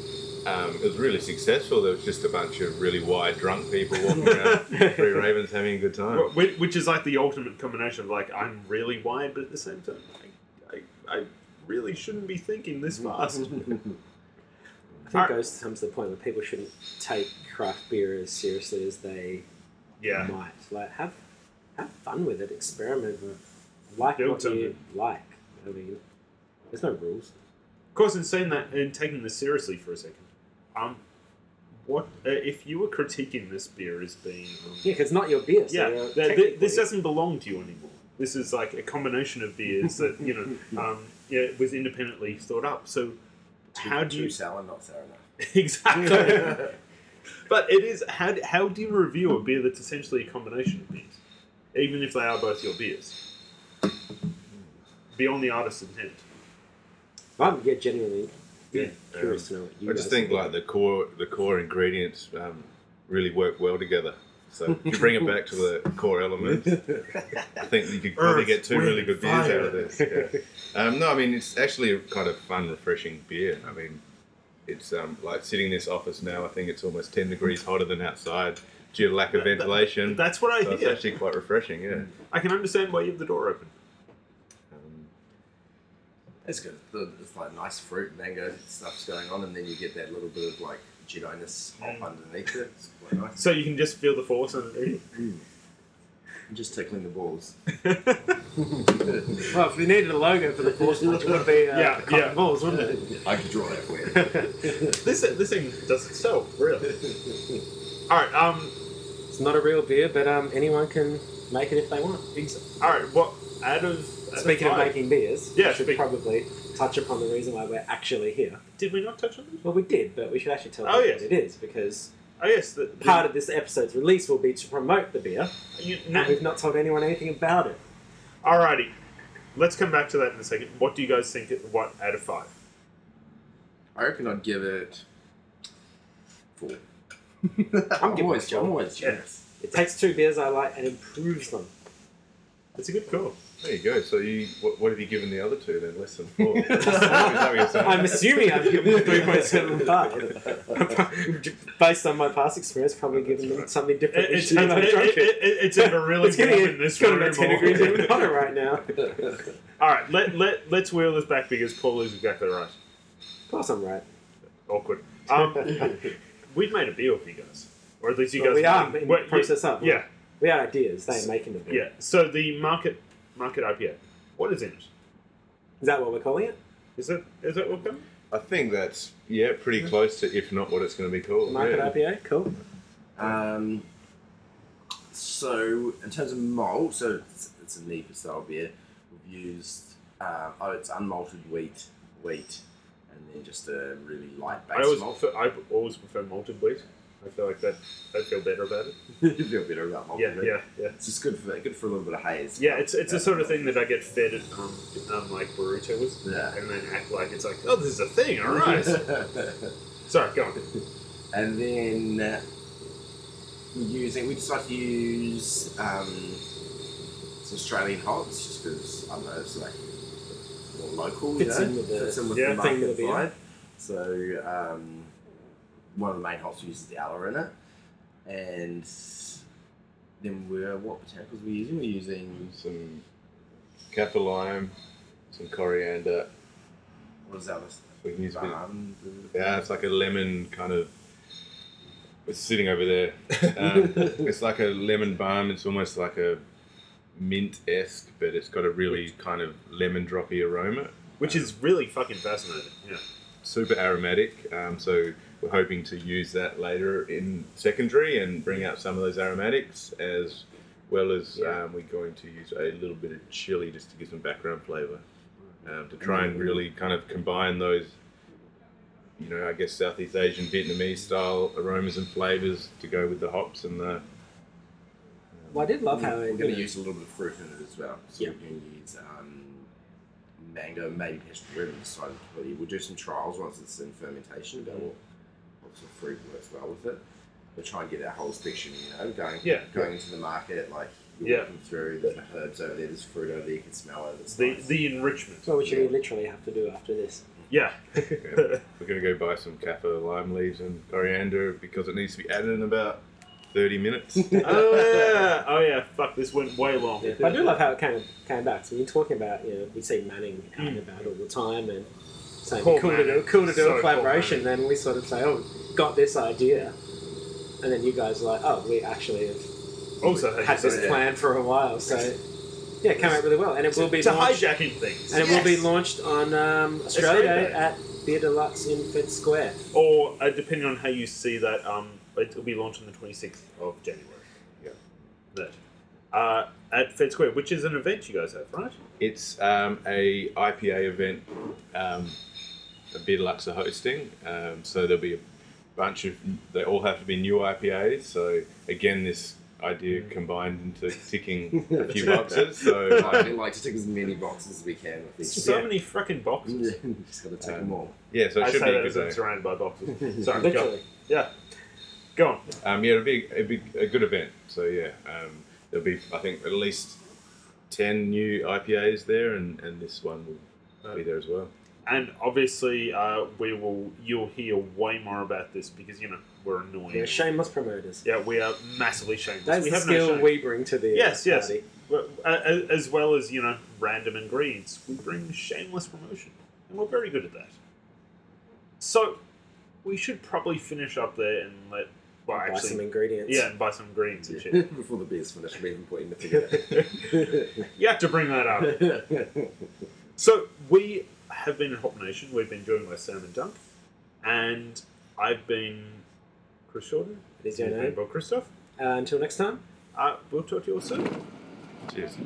S3: um, it was really successful. There was just a bunch of really wide drunk people walking around Three Ravens having a good time.
S1: Wh- Uh, whi- Which is like the ultimate combination of like I'm really wide, but at the same time, I, I, I really shouldn't be thinking this fast.
S2: I
S1: Alright.
S2: think it goes comes to the point where people shouldn't take craft beer as seriously as they
S1: yeah,
S2: might. Like have have fun with it, experiment with it. like
S1: Build
S2: what you like. I mean there's no rules.
S1: Of course, in saying that and taking this seriously for a second, um, what uh, if you were critiquing this beer as being? Um,
S2: Yeah, 'cause it's not your beer, so
S1: yeah, th-
S2: you're
S1: th- this
S2: uh, technically-
S1: doesn't belong to you anymore. This is like a combination of beers that you know, um, yeah, was independently thought up. So, how do you
S4: Too sour, not fair enough.
S1: exactly? but it is how d- how do you review a beer that's essentially a combination of beers, even if they are both your beers? Beyond the artist's intent.
S2: I'm yeah, genuinely
S1: Yeah.
S2: curious to know what you
S3: I just
S2: guys
S3: think like the core the core ingredients um, really work well together. So if you bring it back to the core elements. I think you could probably
S1: Earth,
S3: get two really
S1: wind,
S3: good beers out of this. yeah. um, no, I mean it's actually a kind of fun, refreshing beer. I mean, it's um, like sitting in this office now. I think it's almost ten degrees hotter than outside due to lack of ventilation.
S1: That's what I
S3: so it's
S1: hear.
S3: actually quite refreshing. Yeah.
S1: I can understand why you have the door open.
S3: Um,
S4: It's good. The- It's like nice fruit, mango stuff's going on, and then you get that little bit of like gininess
S1: Mm.
S4: up underneath it. It's quite nice.
S1: So you can just feel the force underneath.
S4: Just tickling the balls.
S2: think. Well, if we needed a logo for the force launch, it would be uh,
S1: Yeah,
S2: cotton
S1: yeah.
S2: balls, wouldn't it?
S4: I could draw that for you.
S1: This this thing does itself, really. all right. Um.
S2: It's not a real beer, but um, anyone can make it if they want.
S1: Ex- all right. What out of out
S2: Speaking of
S1: five-
S2: making beers,
S1: Yeah,
S2: we should
S1: speak-
S2: probably touch upon the reason why we're actually here.
S1: did we not touch on this?
S2: Well, we did, but we should actually tell
S1: Oh,
S2: them
S1: yes.
S2: what it is because
S1: Oh yes. The, the-
S2: part of this episode's release will be to promote the beer.
S1: you-
S2: And
S1: na-
S2: we've not told anyone anything about it.
S1: Alrighty. Let's come back to that in a second. What do you guys think? it- What out of five?
S4: I reckon I'd give it four.
S2: I'm giving
S4: always,
S2: it four.
S4: I'm always
S1: Yeah.
S4: generous.
S2: It takes two beers I like and improves them.
S1: It's a good call.
S3: there you go. So you, what, what have you given the other two then? Less than four. Is that what you're saying?
S2: I'm assuming I've given them 3.75. Based on my past experience, probably given them something different.
S1: It- it's,
S2: each time I've
S1: it-
S2: drunk
S1: it-
S2: it.
S1: it- it- it's either really
S2: It's getting
S1: warm in this
S2: it's got
S1: room.
S2: about 10
S1: or-
S2: degrees even hotter right now. Of
S1: All right. Let let let's wheel this back because Paul is exactly right.
S2: course I'm right.
S1: Awkward. Um, we've made a deal with you guys, or at least you
S2: Well,
S1: guys
S2: we
S1: have
S2: are
S1: made-
S2: in
S1: well,
S2: the process up.
S1: Yeah.
S2: We are ideas. They are making the beer.
S1: Yeah. So the market market IPA. What is in it?
S2: Is that what we're calling it?
S1: Is it is that what comes?
S3: I think that's yeah, pretty close to if not what it's going to be called.
S2: Market
S3: yeah.
S2: IPA? Cool.
S4: Um, so in terms of malt, so it's, it's a Neipa style beer. We've used uh, oh, it's unmalted wheat, wheat, and then just a really light base
S1: I always
S4: malt.
S1: prefer, I always prefer malted wheat. I feel like that I feel better about it.
S4: you feel better about malt.
S1: Yeah,
S4: don't you?
S1: yeah, yeah.
S4: It's just good for good for a little bit of haze.
S1: Yeah, it's it's the sort of thing that I get fed at um, um like burritos
S4: Yeah.
S1: and then act like it's like, oh this is a thing, alright. Sorry, go on.
S4: and then uh, we're using we decided to use um, some Australian hops just because I don't know it's like more local.
S2: Fits
S4: you know?
S2: in with the-
S4: fits in with
S1: yeah,
S4: the
S2: thing
S4: market
S2: with the beer.
S4: vibe. So um, one of the main hops uses the aloe in it, and then we're what botanicals we're using? We're using
S3: Some kappa lime, some coriander.
S4: what is that?
S3: We can use a bit.
S4: Um,
S3: Yeah, it's like a lemon kind of. It's sitting over there. Um, it's like a lemon balm. It's almost like a mint esque, but it's got a really kind of lemon droppy aroma.
S1: Which is really fucking fascinating. Yeah.
S3: Super aromatic. Um, so we're hoping to use that later in secondary and bring out some of those aromatics as well as um, we're going to use a little bit of chili just to give some background flavour. um, to try and really kind of combine those, you know, I guess Southeast Asian Vietnamese style aromas and flavors to go with the hops and the. um,
S2: Well, I did love how
S4: Mm. We're
S2: it,
S4: going to use a little bit of fruit in it as well. So
S2: Yeah.
S4: we're going to use um, mango, maybe passion fruit. We decided completely. We'll do some trials once it's in fermentation about what, what sort of fruit works well with it. We'll try and get that whole spectrum, you know, going
S5: Yeah.
S4: going into the market, like you're
S5: Yeah.
S4: walking through, there's herbs over there, there's fruit over there, you can smell it. It's
S1: The
S4: nice.
S1: the enrichment.
S2: That's what we should literally have to do after this.
S1: Yeah.
S3: Yeah, we're going to go buy some kappa lime leaves and coriander because it needs to be added in about 30 minutes.
S1: oh yeah. Oh yeah. Fuck. This went way long.
S2: Yeah, but I do love how it kind of came back. So we're talking about, you know, we see Manning out
S1: Mm.
S2: and about all the time and saying
S5: Cool
S2: cool, to
S5: Manning.
S2: do, cool to do
S5: So
S2: a
S5: cool
S2: collaboration. then we sort of say, oh, got this idea. And then you guys are like, oh, we actually have
S5: Also,
S2: had this
S4: yeah.
S2: plan for a while. So yeah, it came out really well. And it will be
S5: to
S2: launched,
S5: hijacking things.
S2: and it will be
S4: Yes.
S2: launched on um, Australia
S5: Australia Day.
S2: Day at Beer Deluxe in Fitz Square.
S1: Or uh, depending on how you see that, um, it'll be launched on the twenty sixth of January.
S3: Yeah.
S1: That. Uh, at Fed Square, which is an event you guys have, right?
S3: It's um, a IPA event, um, a beer deluxe are hosting. Um, so there'll be a bunch of. They all have to be new IPAs. So again, this idea
S1: Mm-hmm.
S3: combined into ticking a few boxes. So
S4: like,
S3: like,
S4: we like to tick as many boxes as we can with each.
S1: So many frickin' boxes.
S4: Just got to tick them all.
S3: yeah, so it
S1: I
S3: should
S1: say
S3: be a
S1: that
S3: good
S1: as
S3: day.
S1: I'm surrounded by boxes. Sorry, go,
S2: Literally.
S1: go on.
S3: Um, yeah, it'll be, it'll be a good event. So yeah, um, there'll be I think at least ten new IPAs there, and, and this one will be there as well.
S1: And obviously, uh, we will. You'll hear way more about this because you know we're annoying.
S2: Yeah, shameless promoters.
S1: Yeah, we are massively shameless.
S2: That's
S1: we
S2: the
S1: have
S2: skill
S1: no shame.
S2: we bring to the
S1: Yes, yes.
S2: party.
S1: Well, a- a- as well as you know random ingredients we bring shameless promotion and we're very good at that so we should probably finish up there and let well
S2: Buy some
S1: actually
S2: ingredients.
S1: yeah and buy some greens and shit
S4: Before the beer's finished, we're even putting the figure
S1: you have to bring that up
S4: out.
S1: so we have been in hop nation we've been joined by sam and dunk and i've been chris Jordan.
S2: It is your
S1: You've
S2: name.
S1: been Bob christoph
S2: Uh, until next time.
S1: uh, we'll talk to you all soon
S3: Cheers.